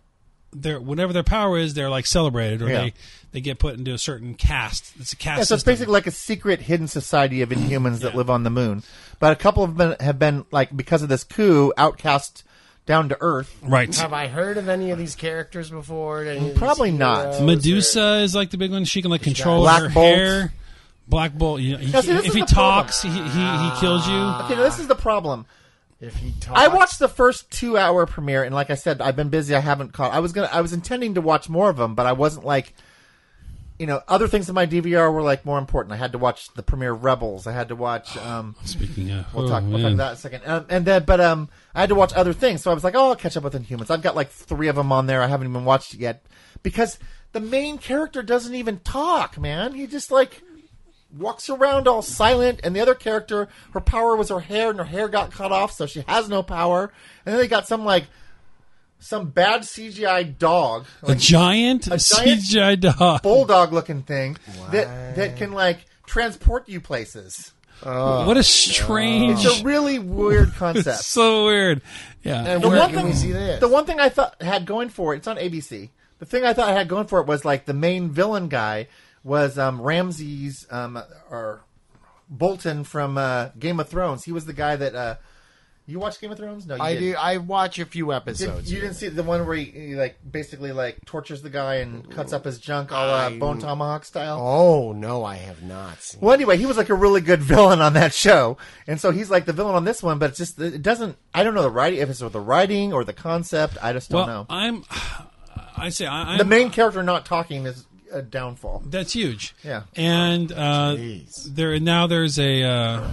they're whatever their power is, they're like celebrated or Yeah. they they get put into a certain cast. It's a cast. Yeah, so it's system. basically like a secret hidden society of inhumans that live on the moon. But a couple of them have been like because of this coup outcast down to earth. right. Have I heard of any of these characters before? Any of these Probably not. heroes? Medusa is like the big one. She can like control Black her Bolt. hair. Black Bolt. You know, he, Now, see, if this is Ah. he the problem. talks, he, he he kills you. Okay, now this is the problem. If he talks, I watched the first two hour premiere, and like I said, I've been busy. I haven't caught. I was gonna, I was intending to watch more of them, but I wasn't like, you know, other things in my DVR were like more important. I had to watch the premiere of Rebels. I had to watch. um Speaking of, We'll oh, talk, we'll talk man. about that in a second. Um, and then, but um, I had to watch other things, so I was like, oh, I'll catch up with Inhumans. I've got like three of them on there. I haven't even watched it yet because the main character doesn't even talk, man. He just like walks around all silent and the other character her power was her hair and her hair got cut off so she has no power and then they got some like some bad cgi dog a giant, a giant- CGI dog. bulldog looking thing that that can like transport you places what a strange, Oh, it's a really weird concept so weird. Yeah, And the where one can thing we see this? the one thing I thought had going for it, it's on ABC. The thing I thought I had going for it was like the main villain guy was um, Ramses um, or Bolton from uh, Game of Thrones. He was the guy that uh, you watch Game of Thrones? No, you I didn't. do. I watch a few episodes. Did, you didn't see the one where he, he like basically like tortures the guy and cuts up his junk, all uh, bone tomahawk style. oh no, I have not seen. Well, anyway, he was like a really good villain on that show, and so he's like the villain on this one. But it's just it doesn't. I don't know the writing if it's the writing or the concept. I just well, don't know. I'm. I say I, I'm, the main character not talking is a downfall. That's huge. Yeah. And uh, Jeez. there now there's a uh,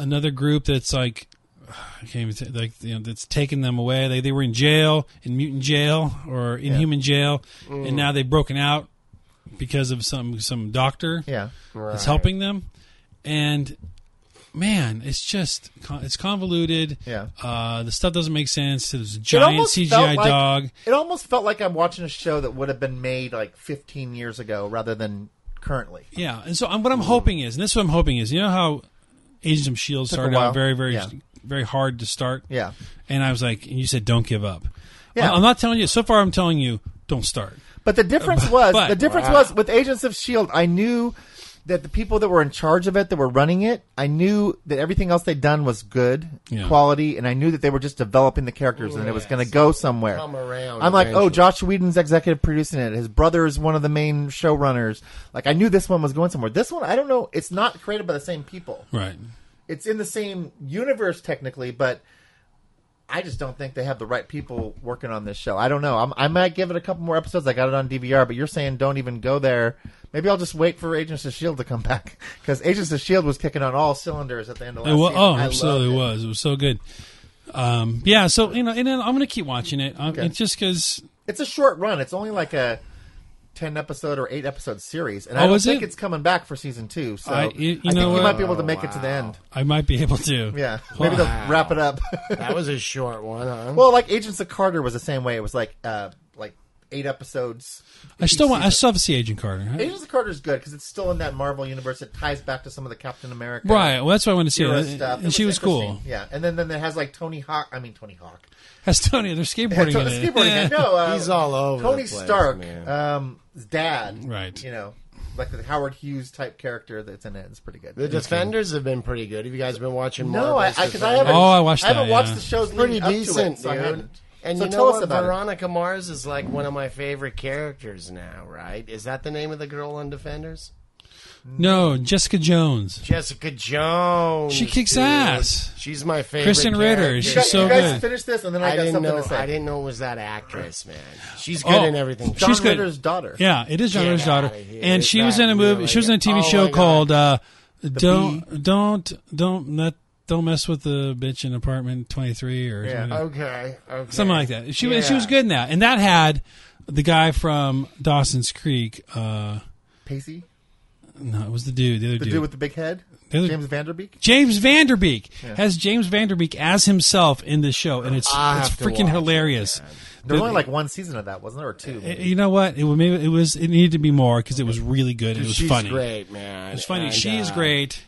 another group that's like I can't even say, like you know that's taken them away. They they were in jail in mutant jail or inhuman jail, Mm. and now they've broken out because of some some doctor Yeah. that's helping them. And man, it's just con- it's convoluted. Yeah. Uh, the stuff doesn't make sense. There's a giant almost CGI felt like- dog. It almost felt like I'm watching a show that would have been made like 15 years ago rather than currently. Yeah, and so I'm, what I'm hoping is, and this is what I'm hoping is, you know how Agents of Shield E started while. out very, very, Yeah. very hard to start. Yeah. and I was like, and you said don't give up. Yeah. I- I'm not telling you. So far, I'm telling you don't start. But the difference was but- the difference was with Agents of Shield. I knew that the people that were in charge of it, that were running it, I knew that everything else they'd done was good Yeah. quality, and I knew that they were just developing the characters and it was going to go somewhere. Come around I'm like, oh, eventually. Josh Whedon's executive producing it. His brother is one of the main showrunners. Like, I knew this one was going somewhere. This one, I don't know. It's not created by the same people. Right. It's in the same universe technically, but. I just don't think they have the right people working on this show. I don't know. I'm, I might give it a couple more episodes. I got it on DVR, but you're saying don't even go there. Maybe I'll just wait for Agents of Shield E to come back because Agents of Shield E was kicking on all cylinders at the end of last It wa- season. oh, I absolutely loved it. was. It was so good. Um, yeah. So you know, and then I'm gonna keep watching it. Um, It's just because It's a short run. It's only like a ten episode or eight episode series, and Oh, I don't is think it? it's coming back for season two. So I- you- you I know think what? we might be able to make it to the end. I might be able to. Yeah, maybe they'll wrap it up. That was a short one, huh? well, like Agents of Carter was the same way. It was like uh, like eight episodes. I still want. I still have to see Agent Carter. I- Agents of Carter is good because it's still in that Marvel universe. It ties back to some of the Captain America Right. Well, that's what I want to see. era And- stuff. And It she was cool. interesting. Yeah, and then then it has like Tony Hawk. I mean Tony Hawk. That's Tony. They're skateboarding. Tony, in it. skateboarding. guy. No, uh, He's all over Tony the place, Stark, man. um, his dad. Right. You know, like the Howard Hughes type character that's in it. It's pretty good. the Defenders have been pretty good. Have you guys been watching? no, I Marvel's because I, Defenders? haven't. Oh, I watched I haven't that, watched yeah. the shows. pretty leading up to it, decent, so I dude. hadn't. And so you know tell what? us about it. Veronica Mars is like one of my favorite characters now, right? Is that the name of the girl on Defenders? No, Jessica Jones. Jessica Jones. She kicks dude. ass. She's my favorite. Kristen Ritter, character. she's You guys, so you guys good. finish this, and then I, got I didn't something know. to say. I didn't know it was that actress, man. She's good Oh, in everything. she's John good. Ritter's daughter. Yeah, it is John Get Ritter's outta daughter, here. and Is she was that in a movie. really She was in a it? TV Oh my show God. called uh, "Don't Don't Don't Not Don't Mess with the Bitch in Apartment 23" or Yeah. something, Okay. Okay. something like that. She was she Yeah. was good in that, and that had the guy from Dawson's Creek. Uh, Pacey, no, it was the dude. The other the dude with the big head, The other- James Vanderbeek. James Vanderbeek has James Vanderbeek as himself in this show, and it's I it's have to freaking watch it, hilarious. There was only like one season of that, wasn't there, or two? It- maybe? you know what? It wa- maybe it was it needed to be more because it was really good. and It was She's funny. great, man. It's funny. And, she is uh, great.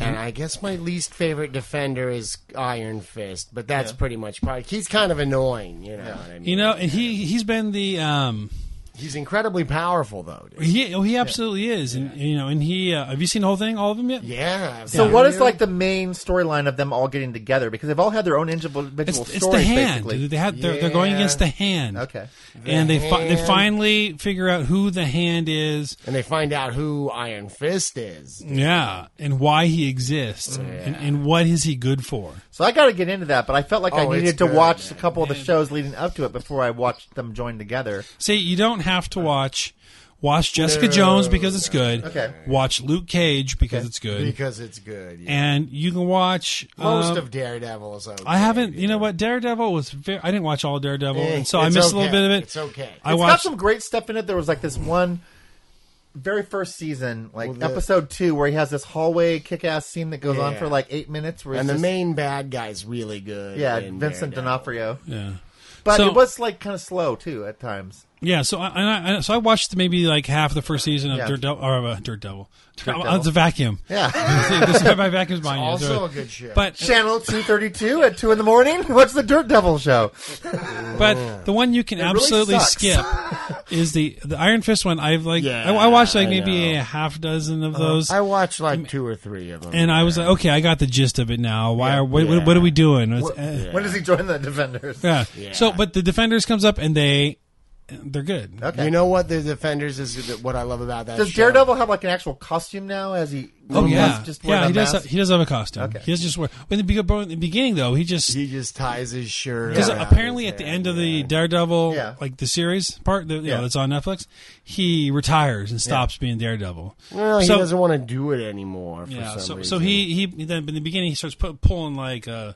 And I guess my least favorite defender is Iron Fist, but that's pretty much part. He's kind of annoying, you know what I mean? You know, and he he's been the um He's incredibly powerful, though. Dude. he oh, he absolutely is, and you know, and he uh, have you seen the whole thing, all of them yet? Yeah. So what is like the main storyline of them all getting together? Because they've all had their own individual It's, stories, it's the hand. basically. They had they're, they're going Yeah. against the hand. Okay. and they fi- they hand. finally figure out who the hand is, And they find out who Iron Fist is. yeah, and why he exists, and, and what is he good for. So I got to get into that, but I felt like I Oh, it's needed to good, watch man. a couple of the shows leading up to it before I watched them join together. See, you don't have to watch Watch Jessica Jones because it's good. Okay. Watch Luke Cage because Okay. it's good. because it's good. Yeah. And you can watch Most um, of Daredevil is okay. I haven't. You yeah. know what? Daredevil was. Very, I didn't watch all Daredevil, Eh, and so I it's missed a little okay. bit of it. It's okay. I It's got watched. some great stuff in it. There was like this one very first season, like Well, the- episode two, where he has this hallway kick ass scene that goes on Yeah. for like eight minutes. Where And he's the just- main bad guy's really good. yeah, in Vincent Daredevil. D'Onofrio. yeah. But So- it was like kind of slow too at times. Yeah, so I, and I- I so I watched maybe like half the first season of Yeah. Daredevil or uh, Daredevil. Daredevil. It's a vacuum. Yeah. this is why my vacuum's behind you. Also So- a good show. but Channel two thirty two at two in the morning. What's the Dirt Devil show? but the one you can really absolutely sucks. skip is the the Iron Fist one. I've like Yeah, I, I watched like I maybe know. a half dozen of those, I watched like two or three of them. and I was like, okay, I got the gist of it now. Why are what, what, what are we doing? It's- eh. When does he join the Defenders? Yeah. Yeah. So, but the Defenders comes up and they they're good. Okay. You know what the Defenders is that- what I love about that. does show. Daredevil have like an actual costume now? As he Oh yeah, Does just wear yeah. the He does. mask? Have, he does have a costume. He does just wear. In the, be- in the beginning, though, he just He just ties his shirt. because around apparently his at the head, end of yeah. the Daredevil, Yeah. like the series part, the, you Yeah. know, that's on Netflix, he retires and stops being Daredevil. Well, he so- doesn't want to do it anymore. For yeah. some So reason. so he he then in the beginning he starts pu- pulling like uh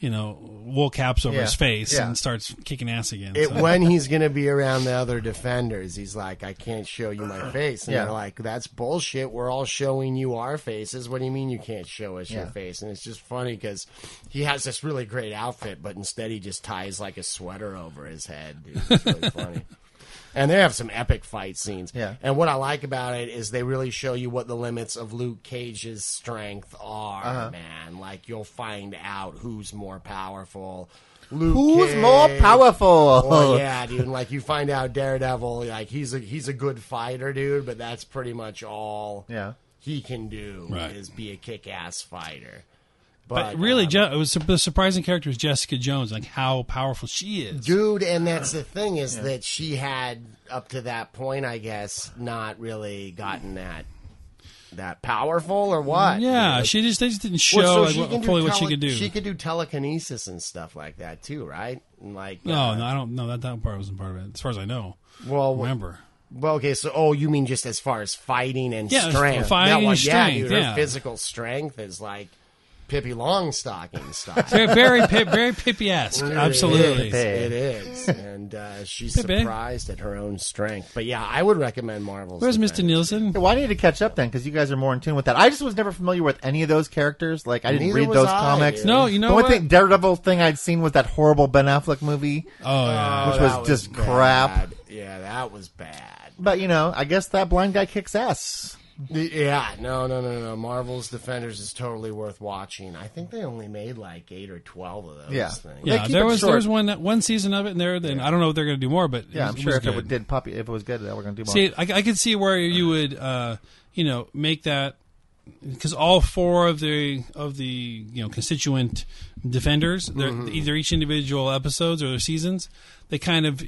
you know wool caps over Yeah. his face Yeah. and starts kicking ass again. It, so. when he's going to be around the other defenders, he's like, I can't show you my face. And Yeah. they're like, that's bullshit. We're all showing you our faces. What do you mean you can't show us your Yeah. face? And it's just funny because he has this really great outfit, but instead he just ties like a sweater over his head. Dude. It's really funny. And they have some epic fight scenes. Yeah. And what I like about it is they really show you what the limits of Luke Cage's strength are, Uh-huh. man. Like you'll find out who's more powerful. Luke Who's Cage- more powerful? well, Oh, yeah, dude. Like you find out Daredevil, like he's a he's a good fighter, dude. But that's pretty much all Yeah. he can do Right. is be a kick ass fighter. but really, um, Je- it was the surprising character was Jessica Jones, like how powerful she is. dude, and that's the thing is that she had up to that point, I guess, not really gotten that that powerful or what? yeah, dude. she just they just didn't show Well, so like, she what- can do fully what she tele- could do. She could do telekinesis and stuff like that too, right? And like, no, uh, Oh, no, I don't. know that that part wasn't part of it, as far as I know. well, Remember. Well, okay, so oh, you mean just as far as fighting and Yeah, as strength? fighting yeah, well, and yeah, strength, dude, her yeah. physical strength is like Pippi Longstocking stuff. very very, pi- very pippy esque. Absolutely. It is. It is. And uh, she's Pippi. surprised at her own strength. But yeah, I would recommend Marvel's. Where's Mr. Defenders. Nielsen? Well, I need to catch up then because you guys are more in tune with that. I just was never familiar with any of those characters. Like I didn't Neither read was those I. comics. No, you know the one what? thing Daredevil thing I'd seen was that horrible Ben Affleck movie, Oh yeah. which That was, just crap. bad. Yeah, that was bad. But you know, I guess that blind guy kicks ass. The- Yeah, no, no, no, no. Marvel's Defenders is totally worth watching. I think they only made like eight or twelve of those Yeah. things. yeah, keep there it was there short. was one one season of it, and there. And I don't know if they're going to do more, but it Yeah, was- I'm sure it was if good. it did puppy, if it was good, that we're gonna do more. See, I, I could see where you would, uh, you know, make that because all four of the of the you know constituent defenders, they're Mm-hmm. either each individual episodes or their seasons, they kind of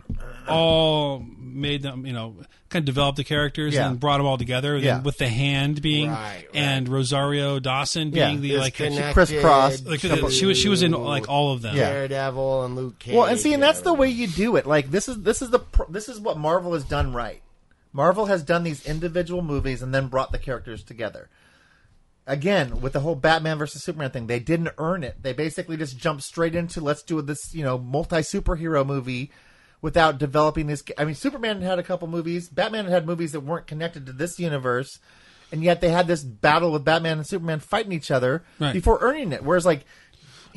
all made them, you know, kind of developed the characters Yeah. and brought them all together. Yeah. Then with the hand being Right, right. and Rosario Dawson Yeah, being the It's like. the- connected crisscrossed. Like, she was she was in like all of them. Yeah. Daredevil and Luke Cage. Well, and see, and that's the and- way you do it. Like this is this is the pr- this is what Marvel has done right. Marvel has done these individual movies and then brought the characters together. Again, with the whole Batman versus Superman thing, they didn't earn it. They basically just jumped straight into let's do this, you know, multi superhero movie without developing this. I mean, Superman had a couple movies, Batman had movies that weren't connected to this universe, and yet they had this battle with Batman and Superman fighting each other Right. before earning it. Whereas, like,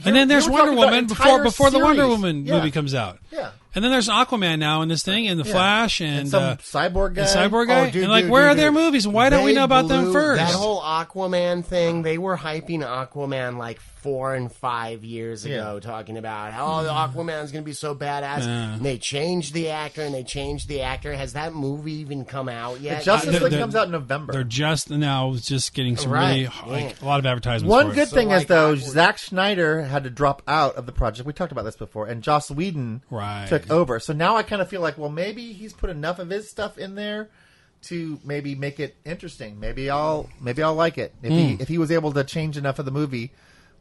and then here there's we're Wonder talking about Woman entire before before the Wonder series. Woman Yeah. movie comes out. Yeah. And then there's Aquaman now in this thing, and the Flash, and, some uh, cyborg guy, and Cyborg guy. Oh, dude, and like, dude, where dude, are their dude. movies? Why don't we They know about them blew- first? That whole Aquaman thing, they were hyping Aquaman like four and five years ago, talking about how oh, the Aquaman's going to be so badass. And they changed the actor and they changed the actor. Has that movie even come out yet? Justice they're- League Uh, they're- comes out in November. They're just now just getting some Right. really like, a lot of advertisements. One for good it. thing like is though, awkward. Zack Schneider had to drop out of the project. We talked about this before, and Joss Whedon Right. took over. So now I kind of feel like, well, maybe he's put enough of his stuff in there to maybe make it interesting. Maybe I'll maybe I'll like it if Hmm. he if he was able to change enough of the movie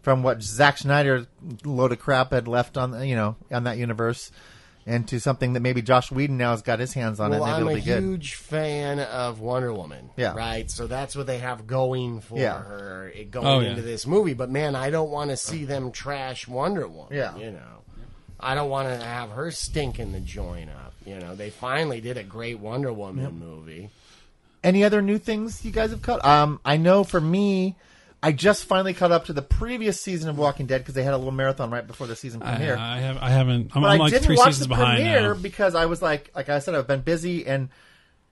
from what Zack Schneider load of crap had left on you know on that universe. and to something that maybe Josh Whedon now has got his hands on Well, it. Maybe I'm it'll a be good. huge fan of Wonder Woman. Yeah. Right? So that's what they have going for Yeah. her it going Oh, yeah. into this movie. But man, I don't want to see them trash Wonder Woman. Yeah. You know. I don't want to have her stinking the joint up. You know, they finally did a great Wonder Woman movie. Any other new things you guys have caught? Um, I know for me, I just finally caught up to the previous season of Walking Dead because they had a little marathon right before the season I, premiere. I have. I haven't. I'm, but I'm I like didn't three watch seasons the behind now. premiere because I was like, like I said, I've been busy and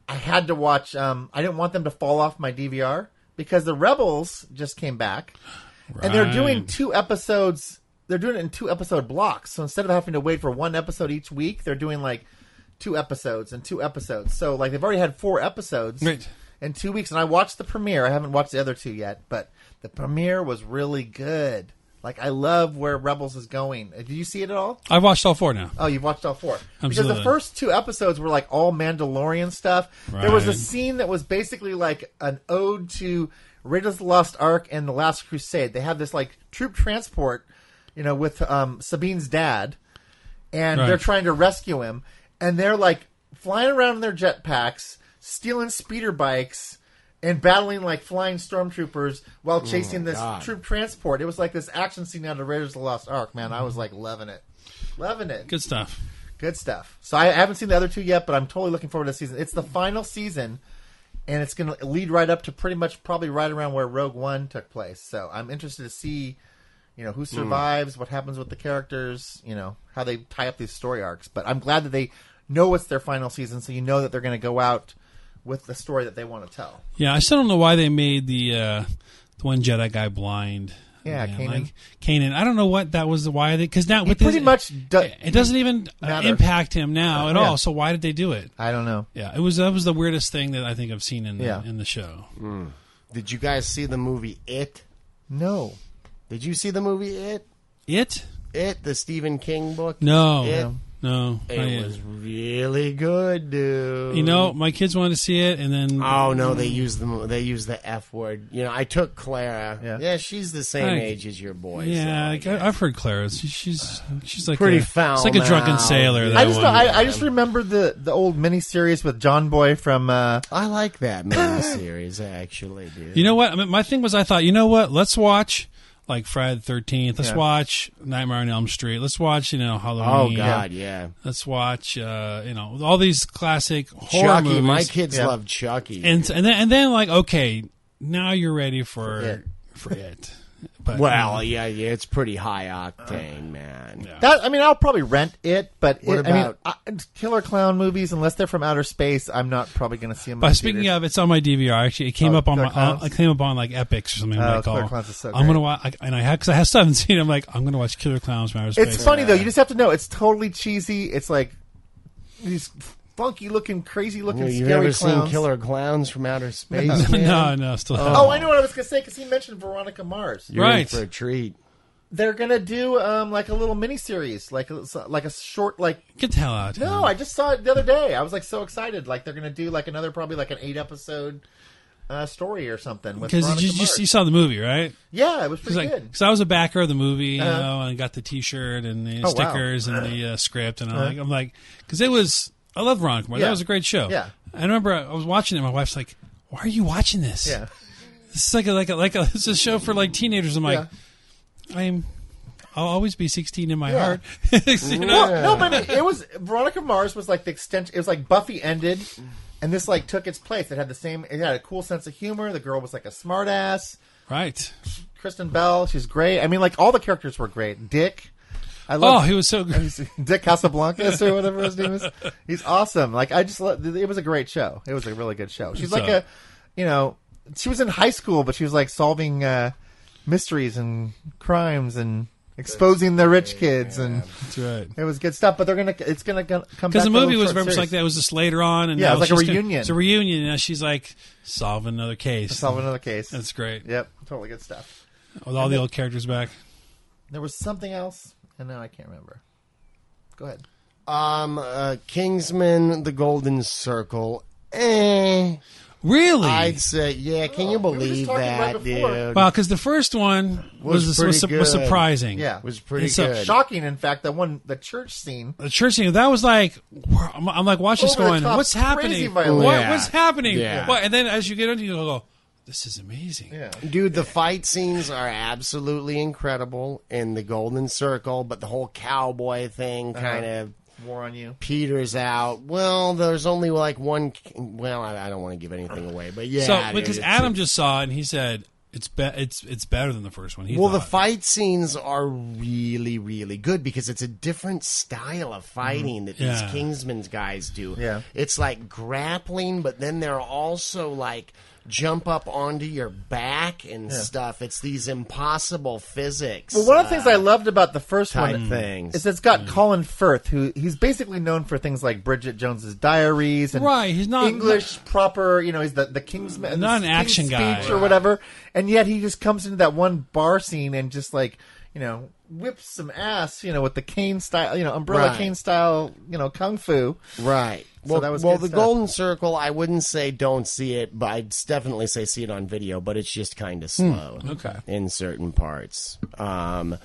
I had to watch. Um, I didn't want them to fall off my DVR because the Rebels just came back, and they're doing Right. two episodes. They're doing it in two episode blocks. So instead of having to wait for one episode each week, they're doing like two episodes and two episodes. So like they've already had four episodes Right. in two weeks, and I watched the premiere. I haven't watched the other two yet, but the premiere was really good. Like I love where Rebels is going. Uh, Did you see it at all? I watched all four now. Oh, you've watched all four. Because Absolutely. the first two episodes were like all Mandalorian stuff. There was a Right. scene that was basically like an ode to Raiders of the Lost Ark and The Last Crusade. They had this like troop transport, you know, with um, Sabine's dad, and Right. they're trying to rescue him. And they're like flying around in their jetpacks, stealing speeder bikes, and battling like flying stormtroopers while chasing this God. troop transport. It was like this action scene out of Raiders of the Lost Ark, man. I was like loving it. Loving it. Good stuff. Good stuff. So I haven't seen the other two yet, but I'm totally looking forward to the season. It's the final season, and it's going to lead right up to pretty much probably right around where Rogue One took place. So I'm interested to see, you know, who Hmm. survives, what happens with the characters, you know, how they tie up these story arcs. But I'm glad that they know it's their final season, so you know that they're going to go out with the story that they want to tell. Yeah, I still don't know why they made the uh, the one Jedi guy blind. Yeah, Man, Kanan. Like, Kanan. I don't know what that was. Why they? Because now He with pretty this- much do- it doesn't even uh, matter. impact him now at yeah. all. So why did they do it? I don't know. Yeah, it was that was the weirdest thing that I think I've seen in the, Yeah. in the show. Did you guys see the movie It? No. Did you see the movie It? It? It, the Stephen King book? No, It- no. It not yet. was really good, dude. You know, my kids wanted to see it, and then Oh no, they use the they use the f word. You know, I took Clara. Yeah. Yeah, she's the same I- age as your boy. yeah, so I like, guess. I, I've heard Clara. She, she's she's like Pretty a, foul It's like a drunken now. sailor. That I just one. know, I, I just remember the the old miniseries with John Boy from uh, I like that mini series actually, dude. You know what? I mean, my thing was, I thought, you know what? Let's watch like Friday the Thirteenth. Let's Yeah. watch Nightmare on Elm Street. Let's watch, you know, oh Halloween. God, yeah. Let's watch, uh, you know, all these classic horror Chucky, movies. my kids Yeah. love Chucky. and and then and then like, okay, now you're ready for it. for it. But um, well, yeah, yeah, it's pretty high octane, man. Yeah. That I mean, I'll probably rent it, but What it, about- I mean, I, killer clown movies, unless they're from outer space, I'm not probably going to see them. But speaking of, it's on my DVR. Actually, it came Oh, up on Killer my. Clowns? Uh, it came up on like Epics or something. I'm Oh, like, Killer oh, Clowns is so I'm great. gonna watch, I, and I have because I have still haven't seen. it. I'm like, I'm gonna watch Killer Clowns from Outer Space. it's funny though. You just have to know it's totally cheesy. It's like these funky looking, crazy looking, You have scary never clowns. seen Killer Clowns from Outer Space? man? no, no, still. haven't. Oh, I know what I was going to say because he mentioned Veronica Mars. You're in Right. for a treat. They're going to do um like a little miniseries, like a, like a short like. Get the hell out. Mm. No, I just saw it the other day. I was like so excited. Like they're going to do like another probably like an eight episode. Uh, story or something with because Veronica you, you, Mars. you saw the movie, right? yeah, it was Because pretty good. I was a backer of the movie, you Uh-huh. Oh, know, and got the T-shirt and the wow. Uh-huh. stickers and the uh, script, and I'm like, I'm like, because it was, I love Ron. Kumar. Yeah. That was a great show. Yeah. I remember I I was watching it. My wife's like, "Why are you watching this? Yeah. This is like a like a like a it's a show for like teenagers." I'm like, I'm. I'll always be 16 in my Yeah. heart. You know? Well, no, but it, it was Veronica Mars was like the extension. It was like Buffy ended, and this like took its place. It had the same. It had a cool sense of humor. The girl was like a smartass. Right. Kristen Bell, she's great. I mean, like all the characters were great. Dick, I Oh, love he was so good. Dick Casablancas or whatever his name is. He's awesome. Like I just, love, it was a great show. It was a really good show. She's So- like a, you know, she was in high school, but she was like solving uh, mysteries and crimes and exposing the rich kids and. That's right. It was good stuff, but they're gonna. It's gonna go- Because come back the to a movie little was short very much series. like that. It was just later on, and Yeah, it now was like a she's gonna- reunion. It's a reunion. Now she's like solving another case. Solve another case. That's great. Yep, totally good stuff. With all the old characters back. There was something else, and now I can't remember. Go ahead. Um, uh, Kingsman: The Golden Circle, eh, Really? I'd say, yeah. Can you Oh, were just believe talking that, right before. dude? Wow, because the first one was Was was, was, pretty good. surprising. Yeah. was pretty It's a good. Shocking, in fact, that one, the church scene. The church scene that was like where- I'm, I'm like watching this Over the going, top, what's crazy happening? What, violence. Yeah. What's happening? Yeah. What? And then as you get into, it, you go, this is amazing. Yeah. Dude, the fight scenes are absolutely incredible in the Golden Circle, but the whole cowboy thing Uh-huh. kind of War on you. peters out. Well, there's only like one. Well, I, I don't want to give anything away, but yeah. So dude, because it's- Adam just saw it and he said it's be- it's it's better than the first one. He Well, the thought. fight scenes are really, really good because it's a different style of fighting that these Yeah. Kingsman's guys do. Yeah. It's like grappling, but then they're also like jump up onto your back and stuff. It's these impossible physics. Well, one of the things I loved about the first type one things. Mm. is it's got Colin Firth, who he's basically known for things like Bridget Jones's Diaries and Right, he's not- English proper. You know, he's the the King's not an action guy. speech or whatever, and yet he just comes into that one bar scene and just like you know whips some ass. You know, with the cane style, you know, umbrella Right. cane style, you know, kung fu. Right. So Well, that was well, good the stuff. Golden Circle. I wouldn't say don't see it, but I'd definitely say see it on video. But it's just Hmm. kind of slow. okay. In certain parts. Um,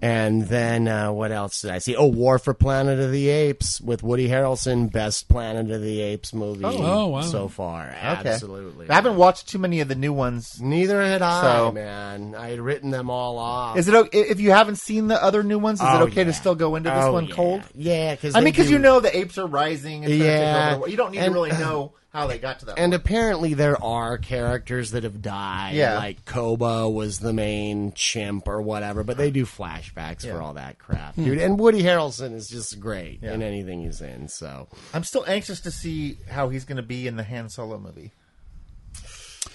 and then uh, what else did I see? Oh, War for Planet of the Apes with Woody Harrelson, best Planet of the Apes movie Oh, wow. so far. Okay. Absolutely. I haven't watched too many of the new ones. Neither had I, So- man. I had written them all off. Is it o- if you haven't seen the other new ones? Is it Oh, okay to yeah. still go into this Oh, one yeah. cold? Yeah, because I mean, because you know the apes are rising. And Yeah. yeah, you don't need And- to really know how they got to that. And apparently there are characters that have died. Yeah. Like Koba was the main chimp or whatever, but they do flashbacks for Yeah. all that crap, dude. And Woody Harrelson is just great in Yeah. anything he's in. So I'm still anxious to see how he's going to be in the Han Solo movie.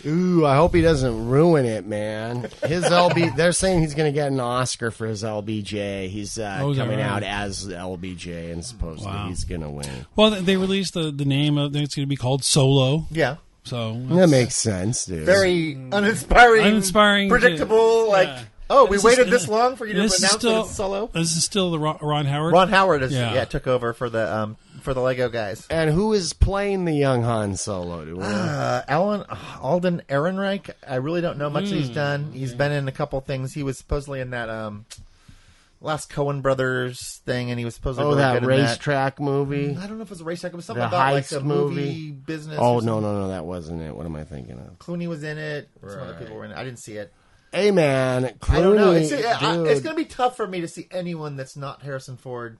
Ooh, I hope he doesn't ruin it, man. His LB they're saying he's gonna get an Oscar for his LBJ. He's uh, Oh, is that coming right? out as LBJ and supposedly Wow. he's gonna win. well, they released the the name of it's going to be called Solo. Yeah, So That makes sense, dude. very Mm. uninspiring, Uninspiring to- predictable. like, yeah. oh, This we is- waited this long for you to this announce is that still- it's Solo. This is still the Ron, Ron Howard. Ron Howard is Yeah. yeah. took over for the um for the Lego guys. and who is playing the young Han Solo? Do we know? Uh, Alan Alden Ehrenreich. I really don't know much that Hmm. he's done. He's been in a couple things. He was supposedly in that um last Cohen Brothers thing, and he was supposedly oh, really that good in that. racetrack movie. I don't know if it was a racetrack. It was something The about like heist a movie, movie? business. or Oh no something. no no, that wasn't it. What am I thinking of? Clooney was in it. Some other Right. people were in it. I didn't see it. Hey man, Clooney, I don't know. It's, yeah, I- dude. it's going to be tough for me to see anyone that's not Harrison Ford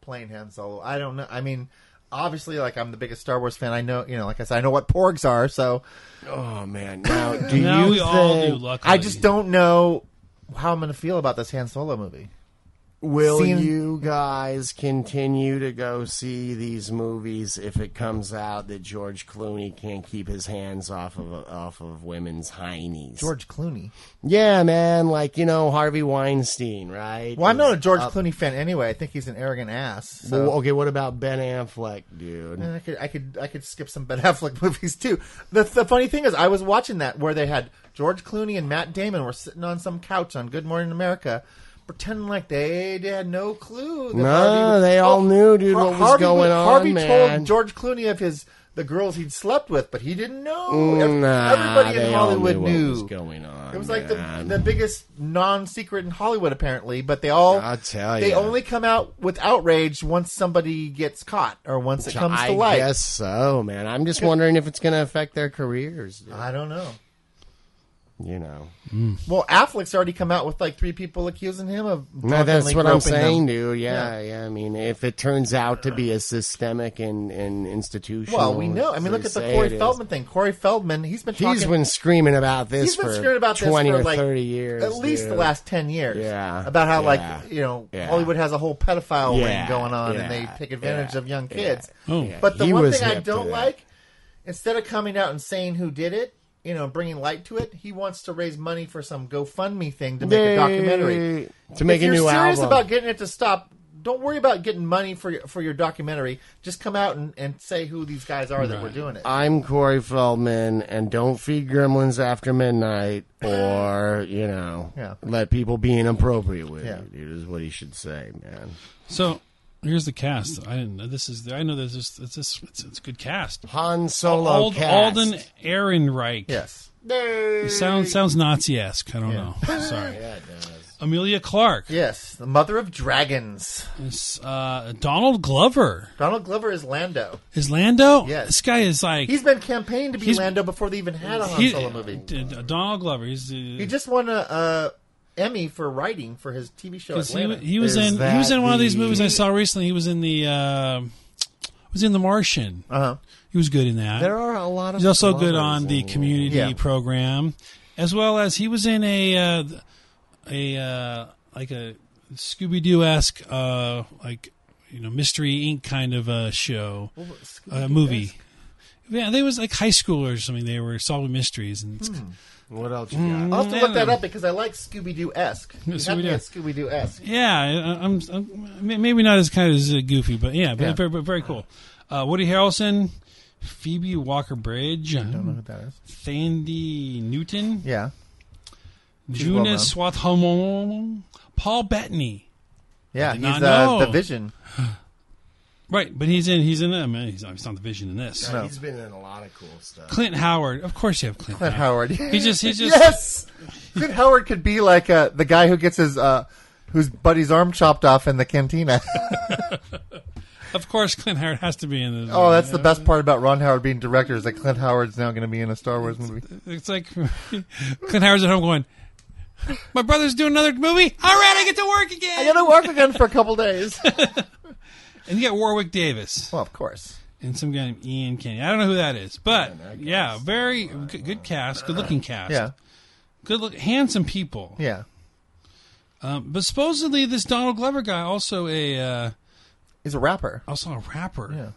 playing Han Solo. I don't know. I mean, obviously, like I'm the biggest Star Wars fan. I know, you know, like I said, I know what Porgs are. So oh man, now do now you we all do. think Luckily, I just don't know how I'm going to feel about this Han Solo movie. will seen- you guys continue to go see these movies if it comes out that George Clooney can't keep his hands off of off of women's heinies? George Clooney. yeah, man, like you know Harvey Weinstein, right? Well, I'm Was not a George up- Clooney fan anyway. I think he's an arrogant ass. So. Uh, Well, okay, what about Ben Affleck, dude? I could, I could, I could skip some Ben Affleck movies too. The, the funny thing is, I was watching that where they had George Clooney and Matt Damon were sitting on some couch on Good Morning America, pretending like they had no clue. That Oh, No, they all knew, dude, what was going on, Harvey man. told George Clooney of his the girls he'd slept with, but he didn't know. Ev- Mm, Nah, Everybody in they all Hollywood knew what knew. was going on. It was like man. the, the biggest non-secret in Hollywood, apparently. But they all, I'll tell they ya. only come out with outrage once somebody gets caught or once it comes I to light. guess so, man. I'm just wondering if it's going to affect their careers. dude. I don't know. You know, Well, Affleck's already come out with like three people accusing him of. no, that's drunkenly what I'm groping saying, them. dude. Yeah, yeah, I mean, if it turns out to be a systemic and, and institutional, Well, we know. I as mean, they look at the say it Corey is, Feldman thing. Corey Feldman, he's been He's talking. been screaming about this he's been for screaming about this 20 for or like 30 years. at least the dude. last ten years. Yeah. about how Yeah. like you know Yeah. Hollywood has a whole pedophile Yeah. ring going on, and they Yeah. take advantage Yeah. of young Yeah. kids. Oh. Yeah. But the He one was thing I hip to don't that. like, instead of coming out and saying who did it, you know, bringing light to it, he wants to raise money for some GoFundMe thing to make a documentary. to make if a you're new serious album. about getting it to stop, don't worry about getting money for your, for your documentary. Just come out and, and say who these guys are that were doing it. I'm Corey Feldman, and don't feed gremlins after midnight, or you know, Yeah. let people be inappropriate with Yeah. you. Dude, is what he should say, man. So Here's the cast. I didn't know this is. I know this is. It's this. It's, it's a good cast. Han Solo Ald, cast. Alden Ehrenreich. Yes. Sounds sounds Nazi-esque. I don't know. Sorry. Amelia Clark. Yes. The mother of dragons. It's, Uh, Donald Glover Donald Glover is Lando. is Lando. Yes. This guy is like He's been campaigning to be He's- Lando before they even had a Han he- Solo movie. D- d- Donald Glover. He's uh, He just won a, uh Emmy for writing for his TV show 'cause he, Atlanta. he was Is in he was that in one of these the- movies I saw recently. He was in the uh, was in The Martian. uh huh. He was good in that. There are a lot of. He's also good lovers on the in- community Yeah. program, as well as he was in a uh, th- a uh, like a Scooby Doo esque uh, like you know Mystery Inc. kind of a show, uh, a movie. Yeah, they was like high schoolers. or something. they were solving mysteries, and it's, Hmm. What else you got? I'll have to look that up because I like Scooby Doo esque. Scooby-Doo. Scooby Doo esque. yeah, I, I'm, I'm may- maybe not as kind of as uh, goofy, but yeah, but Yeah. Very, but very cool. Uh, Woody Harrelson, Phoebe Walker Bridge, Don't know who that is. Sandy Newton, Yeah. well known. Juna Swathomon, Paul Bettany. Yeah. did not He's uh, know. the Vision. Right, but he's in. He's in. I mean, he's, he's not the vision in this. No. He's been in a lot of cool stuff. Clint Howard. Of course, you have Clint. Clint Howard. Howard. He just- he just- yes. Clint Howard could be like uh, the guy who gets his uh, whose buddy's arm chopped off in the cantina. Of course, Clint Howard has to be in this. oh, that's the best part about Ron Howard being director is that Clint Howard's now going to be in a Star Wars movie. It's like Clint Howard's at home going. My brother's doing another movie. All right, I get to work I again. got to work again for a couple days. And you got Warwick Davis well, of course. and some guy named Ian Kenny. I don't know who that is, but yeah, very good, good cast, good looking cast, Yeah. good look, handsome people. Yeah. Um, but supposedly this Donald Glover guy also a uh, He's a rapper. also a rapper. Yeah. Um.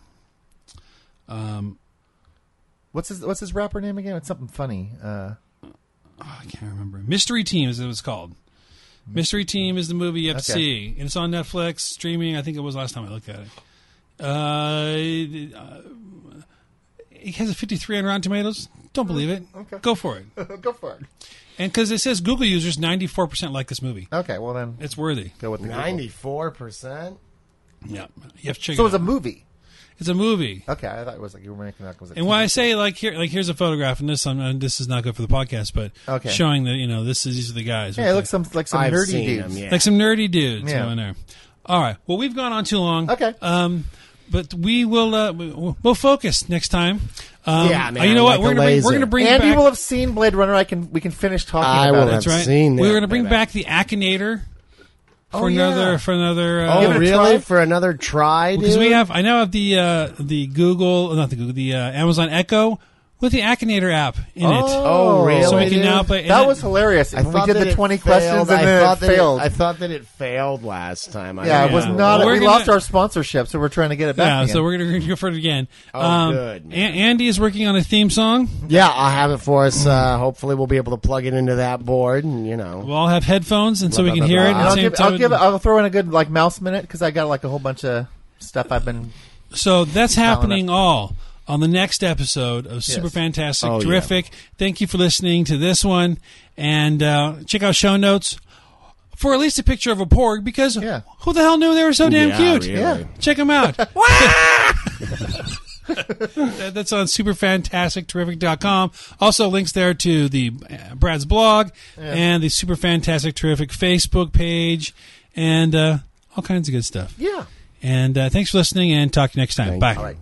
Um, What's his What's his rapper name again? It's something funny. Uh, I can't remember. Mystery Team is what it's called. Mystery Team is the movie you have to Okay. see, and it's on Netflix streaming. I think it was last time I looked at it. Uh, it, uh, it has a 53 on Rotten Tomatoes. Don't believe it. Go for it. go for it. And because it says Google users 94% like this movie, Okay. Well then, it's worthy. go with the Google. Ninety-four percent. Yeah, you have to check it. So it was a out. movie. it's a movie. Okay, I thought it was like you were making that was it. And when I say like here, like here's a photograph, and this, I'm, and this is not good for the podcast, but Okay. showing that you know this is these are the guys. yeah, with it the- looks some like some I've nerdy seen dudes. him. Yeah. like some nerdy dudes Yeah. going there. All right. Well, we've gone on too long. Okay. Um, but we will. Uh, we- we'll focus next time. Um, Yeah, man, You know what? like we're a gonna bring, we're laser. gonna bring And back. you will have seen Blade Runner. I can we can finish talking I about will it. that's have right. seen we that, were gonna bring baby. back the Akinator for Oh, yeah. another for another. Uh, Give it Oh, a really? try. For another try, dude? Because we have, I now have the uh, the Google, not the Google, the uh, Amazon Echo with the Akinator app in it. Oh, really? So we dude? can now play. and That it- was hilarious. I we thought did that the it twenty failed. questions I and then thought it that failed. I thought that it failed last time. I yeah, don't it was Yeah. know. not. We're we gonna- lost our sponsorship, so we're trying to get it back. yeah. again. So we're gonna go for it again. Um, Oh, good, A- man. Andy is working on a theme song. Yeah, I'll have it for us. Uh, hopefully, we'll be able to plug it into that board, and you know. We'll all have headphones, and so we Blah, can blah, hear blah, it. blah. at the I'll same give, time. I'll give. I'll throw in a good like mouse minute because I got like a whole bunch of stuff I've been. So that's happening it. all on the next episode of Super Fantastic Oh, yeah. Terrific. Thank you for listening to this one, and uh, check out show notes for at least a picture of a porg because Yeah. who the hell knew they were so damn Yeah, cute? really. Yeah. Check them out. That- That's on superfantasticterrific.com. Also, links there to the uh, Brad's blog and the Super Fantastic Terrific Facebook page and uh, all kinds of good stuff. Yeah. And uh, thanks for listening and talk to you next time. Bye. All right.